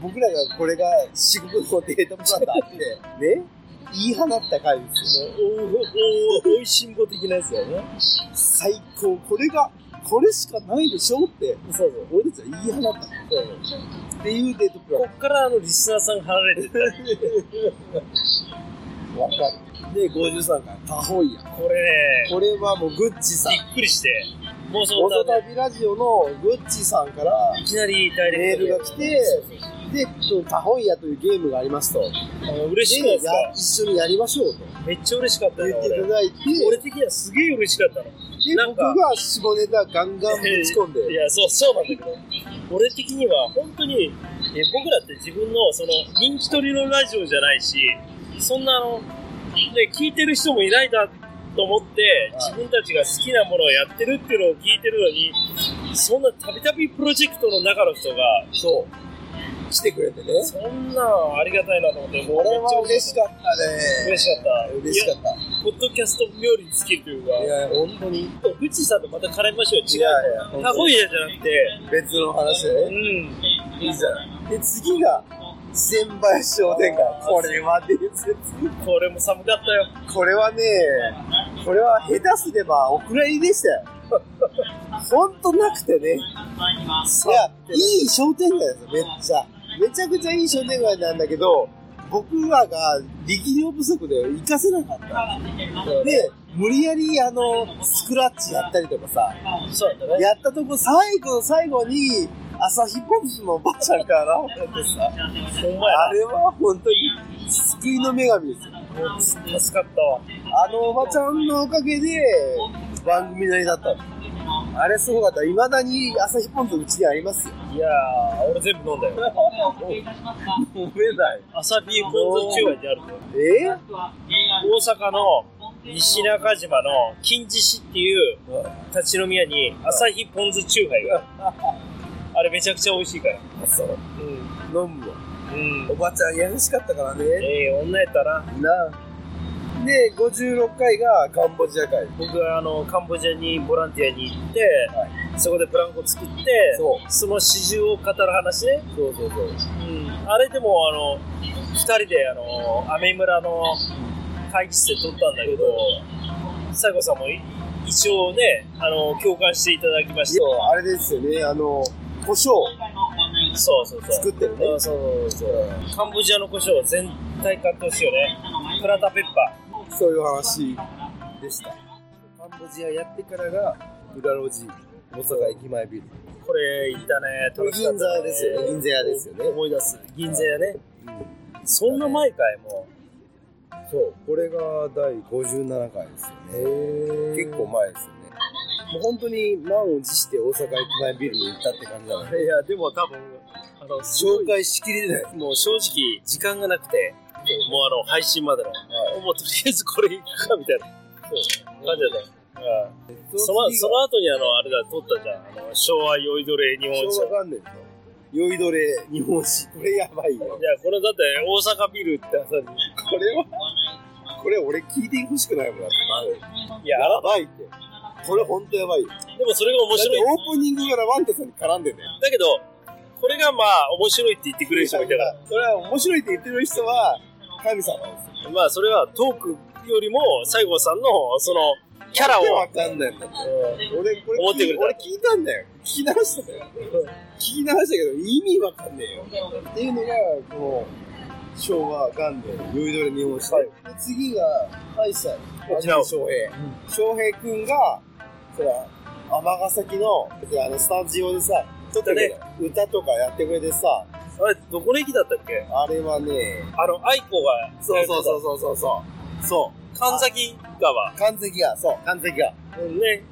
僕らがこれが四国のデートプランだって、 *laughs* ね、言い放った回ですよ。そう。おおおおおいしんぼ的なやつだよね。最高、これが、これしかないでしょって、そうそう。俺たちは言い放った。っていうデートプラこっからあのリスナーさん離れてる。ン。わかる。で、53回、タホイヤ。これね、これはもうグッチさん。びっくりして、もうそおうだそね。たびラジオのグッチさんから、いきなりダイレメクトーでルが来て、で、タホイヤというゲームがありますと。あの嬉しかっでや一緒にやりましょうとた。めっちゃ嬉しかった言よっ、ていた俺。だいて、俺的にはすげえ嬉しかったの。でなん僕かが下ネタガンガンぶち込んで、いや、そう、そうなんだけど、俺的には本当に、え僕らって自分のその人気取りのラジオじゃないし、そんなあの、ね、聞いてる人もいないだと思って、自分たちが好きなものをやってるっていうのを聞いてるのに、そんなたびたびプロジェクトの中の人が、そう、来てくれてね。そんなありがたいなと思って、これは嬉しかったね。嬉しかった。嬉しかった。いやポッドキャスト冥利に尽きるというか、いや、本当に。うちさんとまた絡みましょう。い違やう。いや、本タ当コにイヤじゃなくて、別の話でうね。ん。いいじゃない。で、次が、千林商店街。これは伝説。これも寒かったよ。これはね、これは下手すればお蔵入りでしたよ。ほんとなくてね。いや、いい商店街ですよ、めっちゃ。めちゃくちゃいい商店街なんだけど、僕らが力量不足で行かせなかった。で、無理やりあの、スクラッチやったりとかさ、そうだね。やったとこ最後の最後に、朝日ポップスのおばあちゃんが現れてさ、ほんまやあれは本当に救いの女神ですよ。な。もう助かったわ。あのおばちゃんのおかげで番組なりだったのあれすごかった。未だに朝日ポンとうちにありますよ。いやー、俺全部飲んだよ。 *laughs* 飲めない。朝ビーコンゾ中華ってあるのえ大阪の西中島の金獅子っていう立ち飲み屋に朝日ポン酢チューハイが *laughs* あるあれめちゃくちゃ美味しいから。そう。飲むわ。うん。おばちゃん優しかったからね。ええ女やったな。なあで、56回がカンボジア会。僕はあのカンボジアにボランティアに行って、そこでブランコ作ってそその始終を語る話ね、そうそうそう。あれでもあの2人であのアメ村の会議室で撮ったんだけど西郷さんもい一応ねあの共感していただきましそう、あれですよね。あの、胡椒たそうそうそう作ってるね。うんそうそうそう。カンボジアの胡椒全体買ってほしいよねプラタペッパーそういう話でした。カンボジアやってからが、裏路地、大阪駅前ビル。これいったねこれ銀座屋ですよね。銀座屋ですよね。思い出す銀座やね、そんな前かいもうそう、これが第57回ですよね。結構前ですよね。もう本当に満を持して大阪駅前ビルに行ったって感じだから、いや、でも多分、あの、紹介しきれない。もう正直、時間がなくて、もうあの、配信までの、もうとりあえずこれいくか、みたいな感じだね。その、その後にあの、あれだ、撮ったじゃん。あの、昭和酔いどれ日本昭一和元年の酔いどれ日本史。これやばいよ。いや、これだって大阪ビルって朝に、これは、これ俺聞いてほしくないもん。いや、やばいって。これほんとやばいよ。だってでもそれが面白い。オープニングからワンタさんに絡んでね。だけど、これがまあ面白いって言ってくれる人もいたから、それは面白いって言ってる人は、神様です。まあそれはトークよりも西郷さんのそのキャラを、わかんないんだって。俺、これ思ってく聞れいた俺聞いたんだよ。聞き直したんだよ。聞き直したけど、意味わかんねえよ。っていうのが、この、昭和元年、酔いどれ日本史。で次が、敗者、沖縄翔平。翔平くんが、そら、尼崎の、そらあの、スタジオでさ、ちょっとね、歌とかやってくれてさ、あれどこの駅だったっけあれはね、あの、愛子が、そうそうそうそうそうそう。そ神崎川。う。関石が、そう、関石が。ね。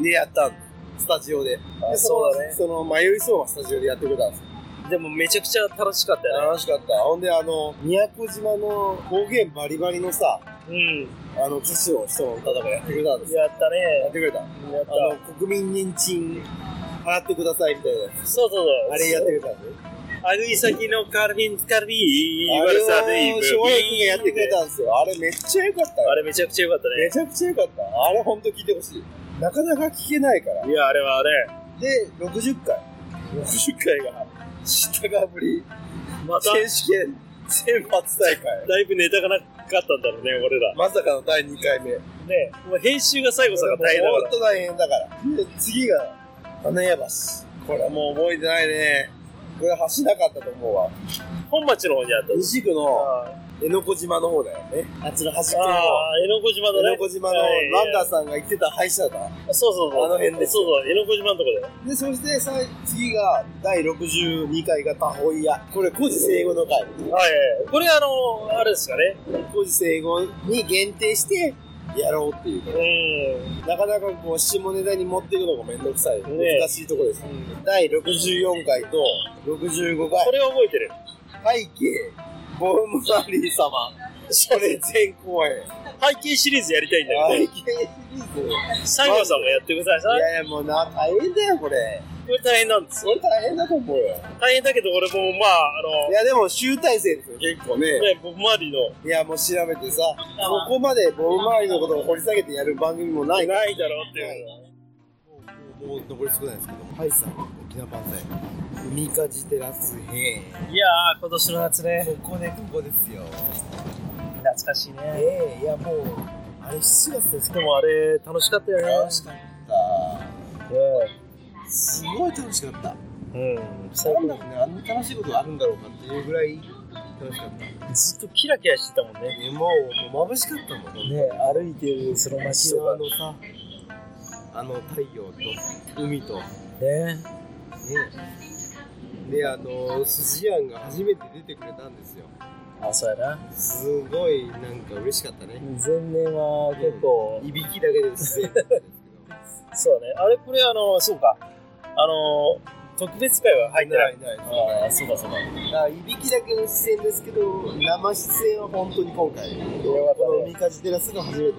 でやったんだスタジオで。でそうだねその、迷いそうなスタジオでやってくれたんですよ。でもめちゃくちゃ楽しかったよね。楽しかった。ほんで、あの、宮古島の方言バリバリのさ、うん。あの、歌手を人の歌とかやってくれたんですよ。やったやっね。てくれた。あやった。の、国民年金払ってくださいみたいなやつ。そうそうそう。あれやってくれたんで。歩い先のカルビン、カルビー、あれを、バルサデイブ翔平君がやってくれたんですよ。あれめっちゃ良かったよあ。れめちゃくちゃ良かっためちゃくちゃ良かった。あれほんと聞いてほしい。なかなか聞けないから。ね。いや、あれはあれ。で、60回。60回が、下がぶり。また、選手権選抜大会。だいぶネタがなかったんだろうね、俺ら。まさかの第2回目。ね。もう編集が最後さが大変だ本か当大変だから。で、次が、花屋橋。これはもう覚えてないね。これ橋なかったと思うわ。ら。本町の方にあった。西区の江ノ子島の方だよね。あっちの端っこのああ、江ノ子島の江ね。ノ子島のはいランダーさんが行ってた歯医者だ。そうそうそう。あの辺ですそうそう、江ノ子島のとこだよ。で、そしてさ次が第62回がタホイヤ。これ、古事生語のは回。いはい。これあの、あれですかね。古事生語に限定してやろうっていう。うん。なかなかこう下ネタに持っていくのがめんどくさい、ね難しいところです、第64回と65こ回れは覚えてる。背景ボームラリー様それ全公演背景シリーズやりたいんだよ背景シリーズど、西郷さんもやってくださいい。やいやもうな大変だよこれこれ大変なんですそ。れ大変だと思うよ大変だけど、俺もまあ、あのい、やでも集大成ですよ結構ねね、僕周りの、いやもう調べてさここまでボブ周りのことを掘り下げてやる番組もないないだろうっていう。もう登り少ないですけどもハイさん沖縄万歳海かじテラス編いやー、今年の夏ね。ここね、ここですよ。懐かしいね。ええいやもう、あれ7月ですかでもあれ、楽しかったよね。楽しかった。すごい楽しかった。うん。なんだろうね、あんな楽しいことがあるんだろうかっていうぐらい楽しかった。ずっとキラキラしてたもんね。ね、もう、もう眩しかったもんね。ね、歩いてるその街私とはあかのさ、あの太陽と海と、ね。ね。で、あの、寿司屋が初めて出てくれたんですよ。あ、そうやな。すごい、なんか嬉しかったね。前年は結構、いびきだけで自然なんですけど。そうだね。あれ、これあの、そうか。あの、特別会は入ってない。ないないああ、そうだそうだ。あいびきだけの出演ですけど生出演は本当に今回かったねこの三かじテラスが初めて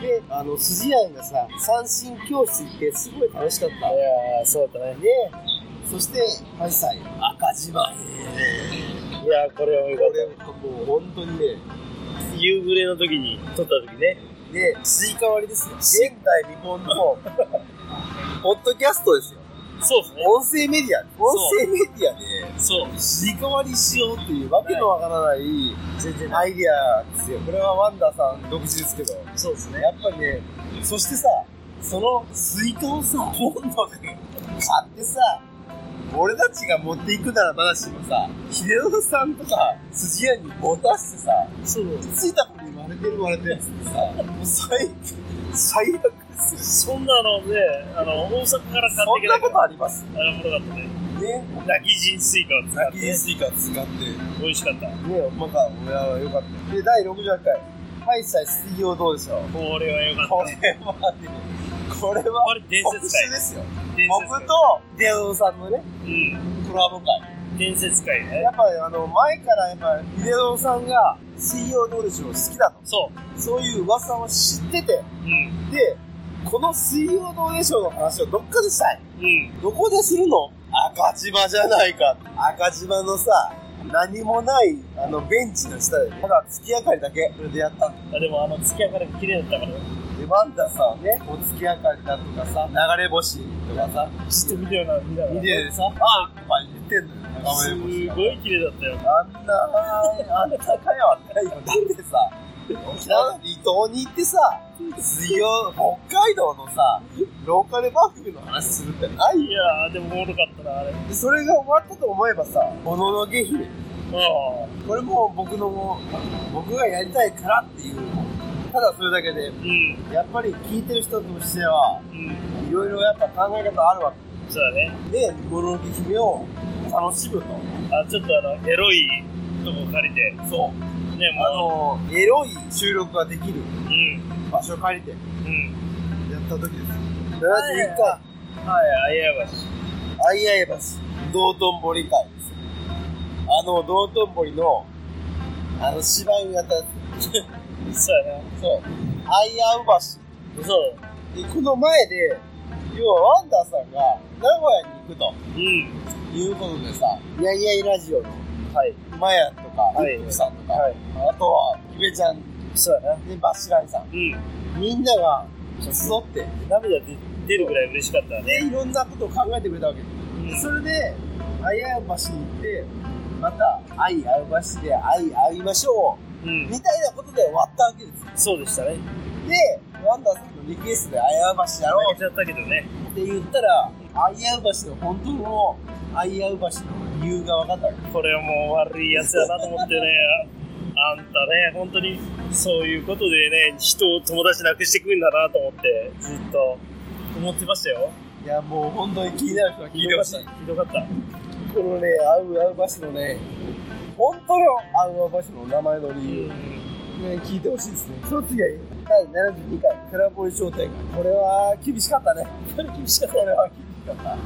であの筋やんがさ三振教室行ってすごい楽しかったいねやー、そうだね。そして8歳赤島こいやー、これはよかっれもう本当にねた。夕暮れの時に撮った時ね。でスイカ割りですよ現代日 *laughs* 本のポッドキャストですよそうですね。音声メディア音声メディアでそう。スイカ割りしようっていうわけのわからないアイディアですよこれはワンダーさん独自ですけどそうですね。やっぱりね、そしてさ、そのスイカをさ、今度で *laughs* 買ってさ、俺たちが持っていくならまだしもさ、秀夫さんとか、筋屋に持たしてさ、そう。ついた子に割れてる割れてるっつってさ、もう最悪、最悪ですよ。そんなのね、あの、大阪から買っそてんきたかなこら、とありますあれ、もろかったね。ね。泣き人スイカを使ラっッキーて、スイカ使って、美味しかった。ね、まか俺は良かった。で、第68回、ハイサイ水曜どうでしょうこれはよかった。これはね、これこは、れ伝特説会殊で。すよ。伝説僕会。と、デオさんのね、うん。コラボ会。伝説会ねや。っぱりあの、前からやっぱ、ヒデオさんが、水曜どうでしょう好きだと。そう。そういう噂を知ってて、うん。で、この水曜どうでしょうの話をどっかでしたい。うん。どこでするの赤島じゃないか。赤島のさ、何もない、あの、ベンチの下で、ただ月明かりだけ、それでやったんだあでもあの月明かりが綺麗だったからで、ワンダさんはね、お月明かりだとかさ、流れ星とかさ、ちょっと見てよな見た見らてさ、あーとか言ってんのよ、す流れご星。い綺麗だったよあんな、あんなかよ、あんなよ。だってさ、沖縄の離島に行ってさ、水曜、北海道のさ、ローカル番組の話するってないよいやーでもおもろかったなあれうんでそれが終わったと思えばさ、もののけ姫。これもう僕のもう、僕がやりたいからっていう、ただそれだけで、うんやっぱり聞いてる人としては、うんいろいろやっぱ考え方あるわそうだねけで、もののけ姫を楽しむと。あちょっとあのエロいとこ借りてそう。ねあもの、エロい収録ができうるうん場所を借りて。うんやった時です。71回、はいあやばしあいあい橋、道頓堀会ですよ。あの、道頓堀の、あの、芝居をやったやつ。そうやなそう。あいあうそう橋。で、この前で、要はワンダーさんが名古屋に行くとうんいうことでさ、いやいやいラジオの、はいマヤンとか、ははいい、さんとか、はいあとは、ゆべちゃん、そうやなで、バシライさん、うんみんなが、集って、涙出出るぐらい嬉しかったねで、いろんなことを考えてくれたわけです。うんそれで、あいあう橋に行って、また、愛あう橋で愛会いましょうう、んみたいなことで終わったわけですそよ。うでしたねで、ワンダーさんのリクエストで愛あう橋やろ泣いちゃったけどねうって言ったら、愛あう橋の本当の愛あう橋の理由が分かったわけ。これはもう悪いやつやなと思ってねあんたね本当にそういうことでね人を友達なくしてくるんだなと思ってずっと思ってましたよいや、もう本当に気になる人は聞いてました。こひどかったのね、あうあう橋のね、本当のあうあう橋の名前の理由。ね、聞いてほしいですね。その次は第72回、クラボリ商店街。これは厳しかったね。これ厳しかった。これは厳しかった。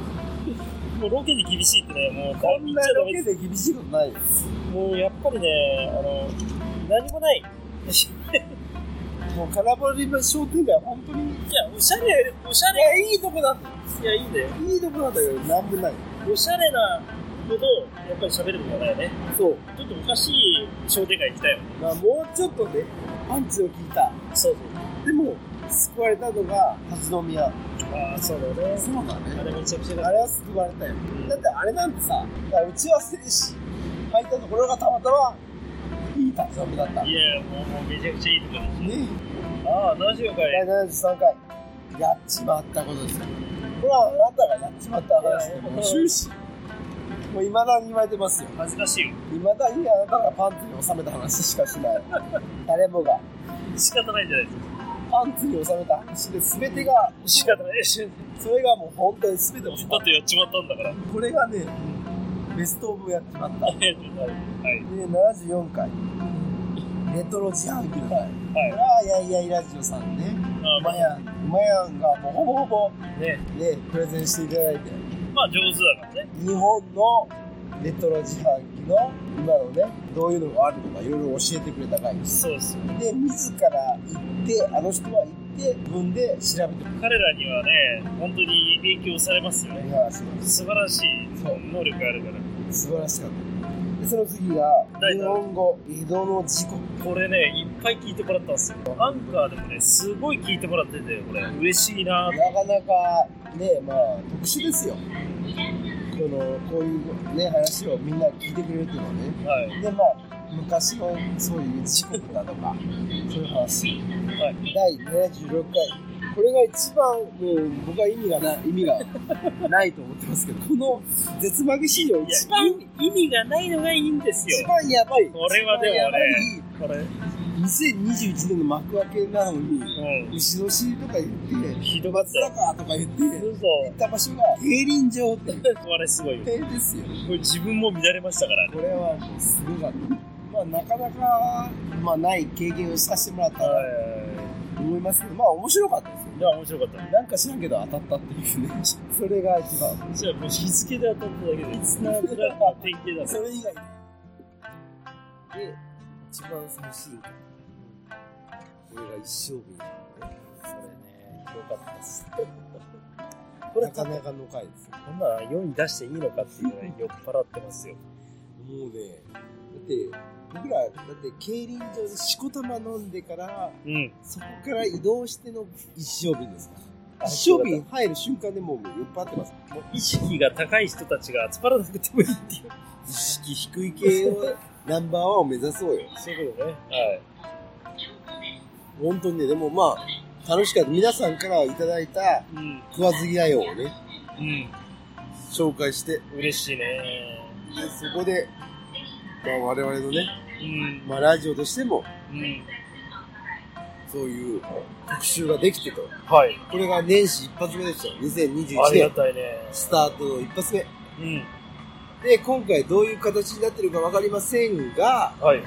もうロケで厳しいってねもうこ顔ん見なちゃダロメケでで厳しいことないです。すもうやっぱりねあの何もないもうカラボリ商店街は本当に、いいやおしゃれおしゃれや、いいとこだっいやいいんだよた。いいとこだったけど、なんもない。おしゃれなことをやっぱり喋るんじゃないよねそう。ちょっとおかしい商店街来たよまあ、もうちょっとね、パンチを効いた。そうそうでも、救われたのが、立ち飲み屋。ああそうだねそうだあれ。めちゃくちゃあれは救われたよ。だってあれなんてさ、だから打ち合わせでし、入ったところがたまたま、いい立ち飲みだった。いやもうもうめちゃくちゃいいとこでねああ、どうしようか第い。 73回やっちまったことですよこれはあなたがやっちまった話でもう終始もういまだに言われてますよ恥ずかしいよ。いまだにあなたがパンツに収めた話しかしない誰もが仕方ないじゃないですか。パンツに収めた話で全てが仕方ない。だそれがもう本当に全てを収まっってやっちまったんだから。たこれがねベストオブやっちまったではい。 74回レトロ自販機の回はい。これはいやいやいラジオさんねああ、まマヤンマヤンがもうほぼほぼあね。ねプレゼンしていただいてまあ、上手だからね。日本のレトロ自販機の今のねどういうのがあるのかいろいろ教えてくれた回ですそうです。で自ら行ってあの人は行って自分で調べてく彼らにはね、本当に影響されますよれるね。話素晴らしいそう能力があるから。が素晴らしかったでその次が第日七本語江戸の事故これね、いっぱい聞いてもらったんですよ。アンカーでもね、すごい聞いてもらってて、これ。嬉しいななかなかねまあ特殊ですよこのこういうね話をみんな聞いてくれるっていうのはねはい。でまあ昔のそういう事故だとかそういう話はい。第76回これが一番もう僕は意味がない意味がないと思ってますけどこの絶負け史上いや一番意味がないのがいいんです一。番やばいこれはでも一番やばいねこれ。 2021年の幕開けなのにうん。牛の尻とか言ってひどかっ松たよ。坂とか言って行嘘。った場所が競輪場っていうこれすごいよ。停ですよこれ自分も乱れましたからね。これはもうすごかったまあなかなか、まあ、ない経験をさせてもらったらと思いますけどまあ面白かったですよいや、面白かったね。なんか知らんけど当たったっていうねそれが一番じゃあ、もう日付で当たっただけで、いつなぐらいの典型だそね。れ以外で一番最新刊これが一生日それねよかったっすこれなかなかの回ですよこんな世に出していいのかっていうぐらい酔っ払ってますよ。もうねだって僕らだって競輪場でしこたま飲んでからうん。そこから移動しての一生瓶ですから一そう生だ瓶入る瞬間でもう酔っ払ってますもう意識が高い人たちが集まらなくてもいいっていう。意識低い系をナンバーワンを目指そうよそういうことね。はい。本当にねでもまあ楽しかった皆さんからいただいたうん。食わず嫌いをねう紹介してん。嬉しいね。そこで、まあ、我々のね、うん。まあ、ラジオとしてもうん。そういう特集ができてとはい。これが年始一発目でしたよあ2021りが年たいね。スタートの一発目うん。で今回どういう形になってるか分かりませんがはい。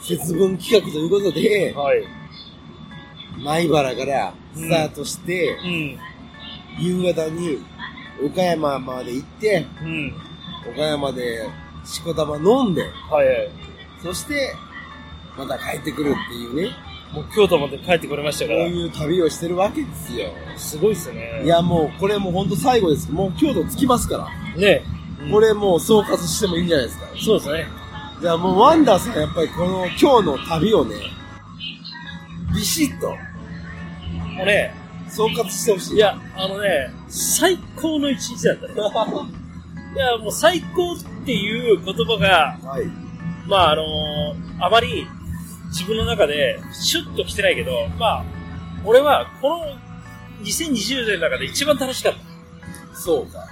節分企画ということではい。米原からスタートして、うん。夕方に岡山まで行ってうん。岡山でしこたま飲んではいはい。そしてまた帰ってくるっていうねもう京都まで帰ってこれましたこかうら。いう旅をしてるわけですよすごいっすね。い。やもうこれもうほんと最後ですもう京都着きますからね。うんこれもう総括してもいいんじゃないですかそうですね。じゃあもうワンダーさんやっぱりこの今日の旅をねビシッともうね、総括してほしいいや、あのね、最高の一日だったね。いや、もう最高っていう言葉が、はいまああのあまり自分の中でシュッと来てないけど、まあ、俺はこの2020年の中で一番楽しかった。そうか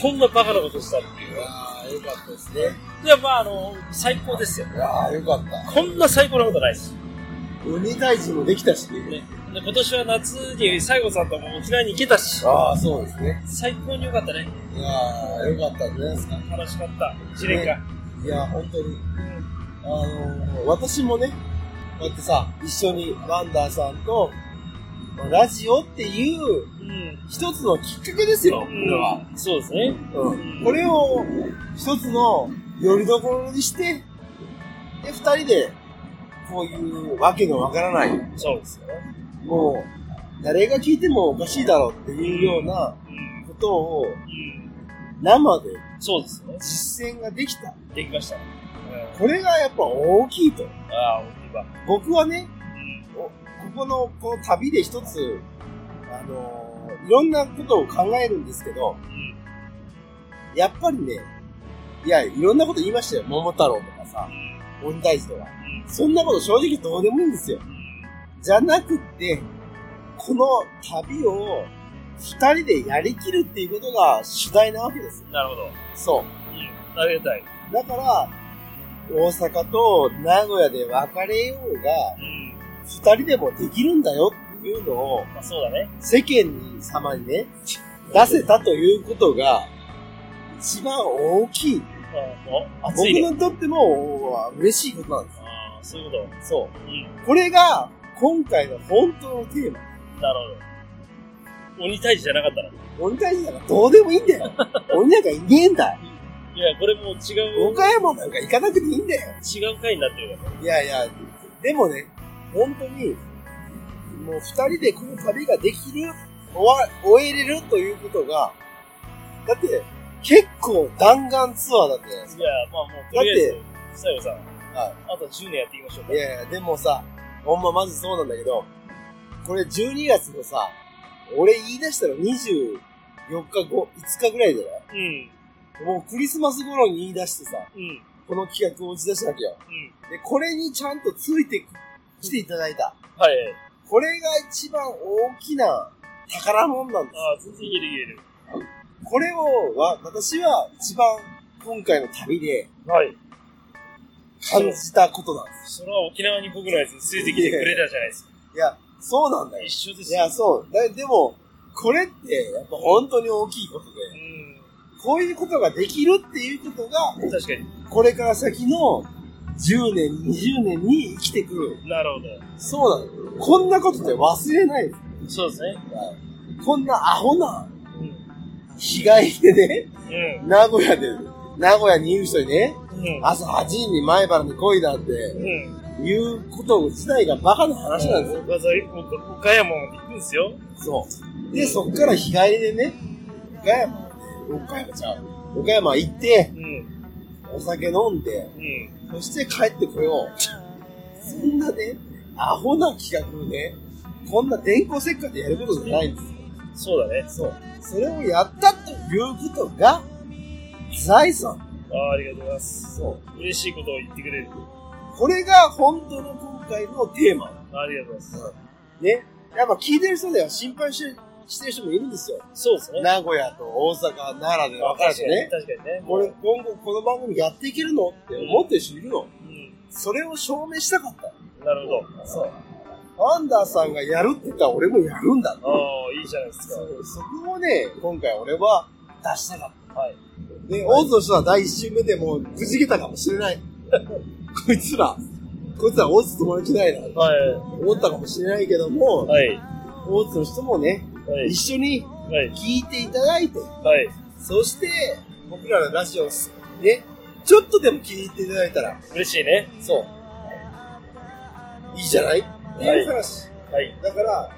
こんなバカなことしたっていうのは。ああよかったですねいや、まああの最高ですよ。ああよかったこんな最高なことないです。鬼退治もできたしねね、で今年は夏に西郷さんとも沖縄に行けたし、ああそうですね最高に良かったね。いやあよかったんじゃないですか楽しかった。一年間。いや本当にあの私もねこうやってさ一緒にワンダーさんとまあラジオっていううん。一つのきっかけですよ、これは。そうですね。うん。これを一つのよりどころにして、で、二人で、こういうわけのわからない、そうですよ。もう、誰が聞いてもおかしいだろうっていうようなうん。ことをうん。生でそうですね。実践ができた。できました。うん。これがやっぱ大きいと。ああ、大きいわ。僕はね、うん。おここの、この旅で一つ、あのーいろんなことを考えるんですけど、うん。やっぱりね、いや、いろんなこと言いましたよ。桃太郎とかさ、鬼退治とか。そんなこと正直どうでもいいんですよ。じゃなくって、この旅を二人でやりきるっていうことが主題なわけですよ。なるほど。そうん。ありがたい。う。だから、大阪と名古屋で別れようがう、ん。二人でもできるんだよっていうのを、まあそうだね。世間に様にね、出せたということが、一番大きいうん。お、僕暑いね。にとってもお嬉しいことなんです。ああ、そういうこと。そうん。う。これが今回の本当のテーマ。なるほど。鬼退治じゃなかったの鬼退治なんかどうでもいいんだ *laughs* よ。鬼なんかいねえんだよ。いや、これもう違う、岡山なんか行かなくていいんだよ。違う回になってるから。いやいや、でもね、本当に、もう二人でこの旅ができる、終わ、終えれるということが、だって、結構弾丸ツアーだったじゃないですいや、まあもう、とりあえず、最後さん、か。はい。あと10年やっていきましょうかい。やいや、でもさ、ほんままずそうなんだけど、これ12月のさ、俺言い出したの24日後、5日ぐらいじゃなうん。いもうクリスマス頃に言い出してさ、うん。うん。この企画を打ち出したわけよ。で、これにちゃんとついてきていただいた。はい。これが一番大きな宝物なんです。ああ、全然言える言える。これをわ、私は一番今回の旅ではい。感じたことなんでそれは沖縄に僕のやつついてきてくれたじゃないですか。す。いや、そうなんだよ。一緒でいすよ。や、そう。だでも、これって、やっぱ本当に大きいことで、うこういうことができるっていうことが、ん。確かに。これから先の10年、20年に生きてくる。なるほそうなのよ。こんなことって忘れないです。ど。そうですね。こんなアホなうん。日帰りでね、う名古屋で、名古屋にいる人にね、ん。うん。朝8時に前原に来いだっうてん。いうこと自体がバカな話なんですよ。岡山まで行くんですよ。そで、そっから日帰りでね、岡山、岡山ちゃう。岡山行って、うん。お酒飲んで、うん。そして帰ってこよう。そんなね、アホな企画をね、こんな電光石火でやることじゃないんですよ。そうだね。そう。それをやったということが、財産。ああ、ありがとうございます。そう。嬉しいことを言ってくれる。これが本当の今回のテーマ。ありがとうございます。ね。やっぱ聞いてる人では心配ししてる人もいるんですよ。そうですね。名古屋と大阪、奈良で分かれてね。確かにね。これ、今後この番組やっていけるのって思ってる人いるの。うん。それを証明したかった。なるほど。そう。アンダーさんがやるって言ったら俺もやるんだ。ああ、いいじゃないですか。そうそこをね、今回俺は出したかった。はい。ね、大津の人は第一週目でもうくじけたかもしれ *laughs* ない。こいつら、こいつら大津友達ないな。は思ったかもしれないけども、い。はい。大津の人もね、はい。一緒にはい。聞いていただいて、はい。そして、僕らのラジオをね、ちょっとでも聞いていただいたら、嬉しいね。そう。いいじゃないっていう話。はい。だから、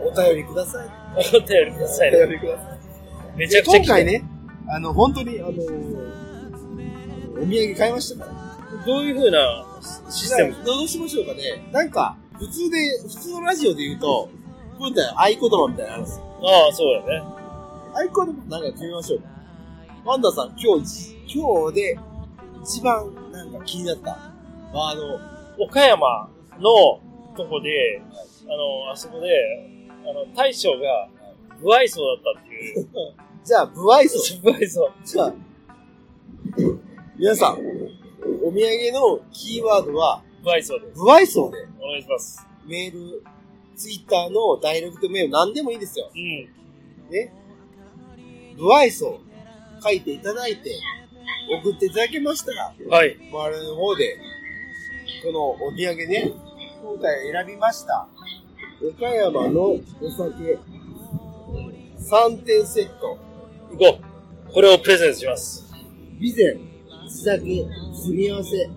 お便りください。お便りくださいお便ね。りください。めちでゃくちゃ今聞きた回い。ね、あの、本当に、あの、お土産買いましたから。どういうふうなシステムなんかどうしましょうかね。なんか、普通で、普通のラジオで言うと、こういった合言葉みたいなのあるんですよ。ああ、そうだよね。アイコンなんか決めましょう。ワンダさん、今日、今日で一番なんか気になったワード。岡山のとこで、あの、あそこで、あの、大将が、不愛想だったっていう。じゃあ、不愛想。不愛想。じゃあ、皆さん、お土産のキーワードは、不愛想です。不愛想で、お願いします。メール、ツイッターのダイレクトメール、何でもいいですよ。うん。ね。不愛想、書いていただいて、送っていただけましたら、はい。我々の方で、このお土産ね、今回選びました。岡山のお酒、3点セット、行こう。これをプレゼントします。備前、地酒、詰み合わせ、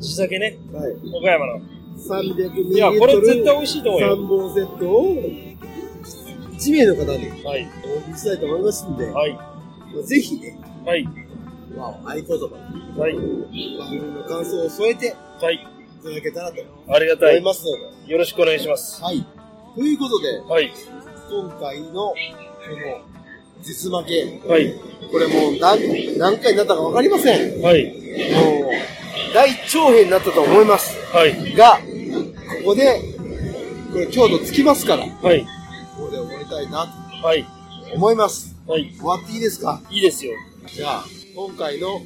地酒ね。はい、岡山の。 300ミいリや、リッこトれル絶対美味しいと思うよ。 3本セットを、1名の方にはい。お送りしたいと思いますんで、はい。ぜひね、はい。まあ、合言葉、はい。番組の感想を添えていはい。ただけたらとありが思たいい。ますので、よろしくお願いします。はい。ということで、はい。今回の、この、絶負け、はい。これもう何何回になったか分かりません。もうはい。大長編になったと思います。はい。が、ここで、これ強度つきますから、こはい。こで終わりたいなはい。と思います。はい。終わっていいですかいいですよ。じゃあ、今回の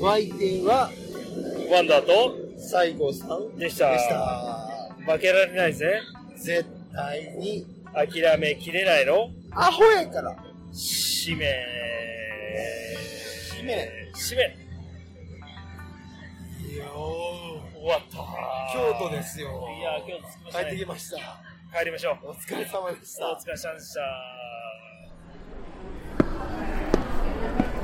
お相手は、ワンダーと、西郷さんでした。でした。負けられないぜ。絶対に、諦めきれないのアホやから、使命。使命。使命。終わった。京都ですよ。いや、京都着きまし帰た、ってきね。ました。帰りましょう。お疲れ様でしたお。疲れ様でした。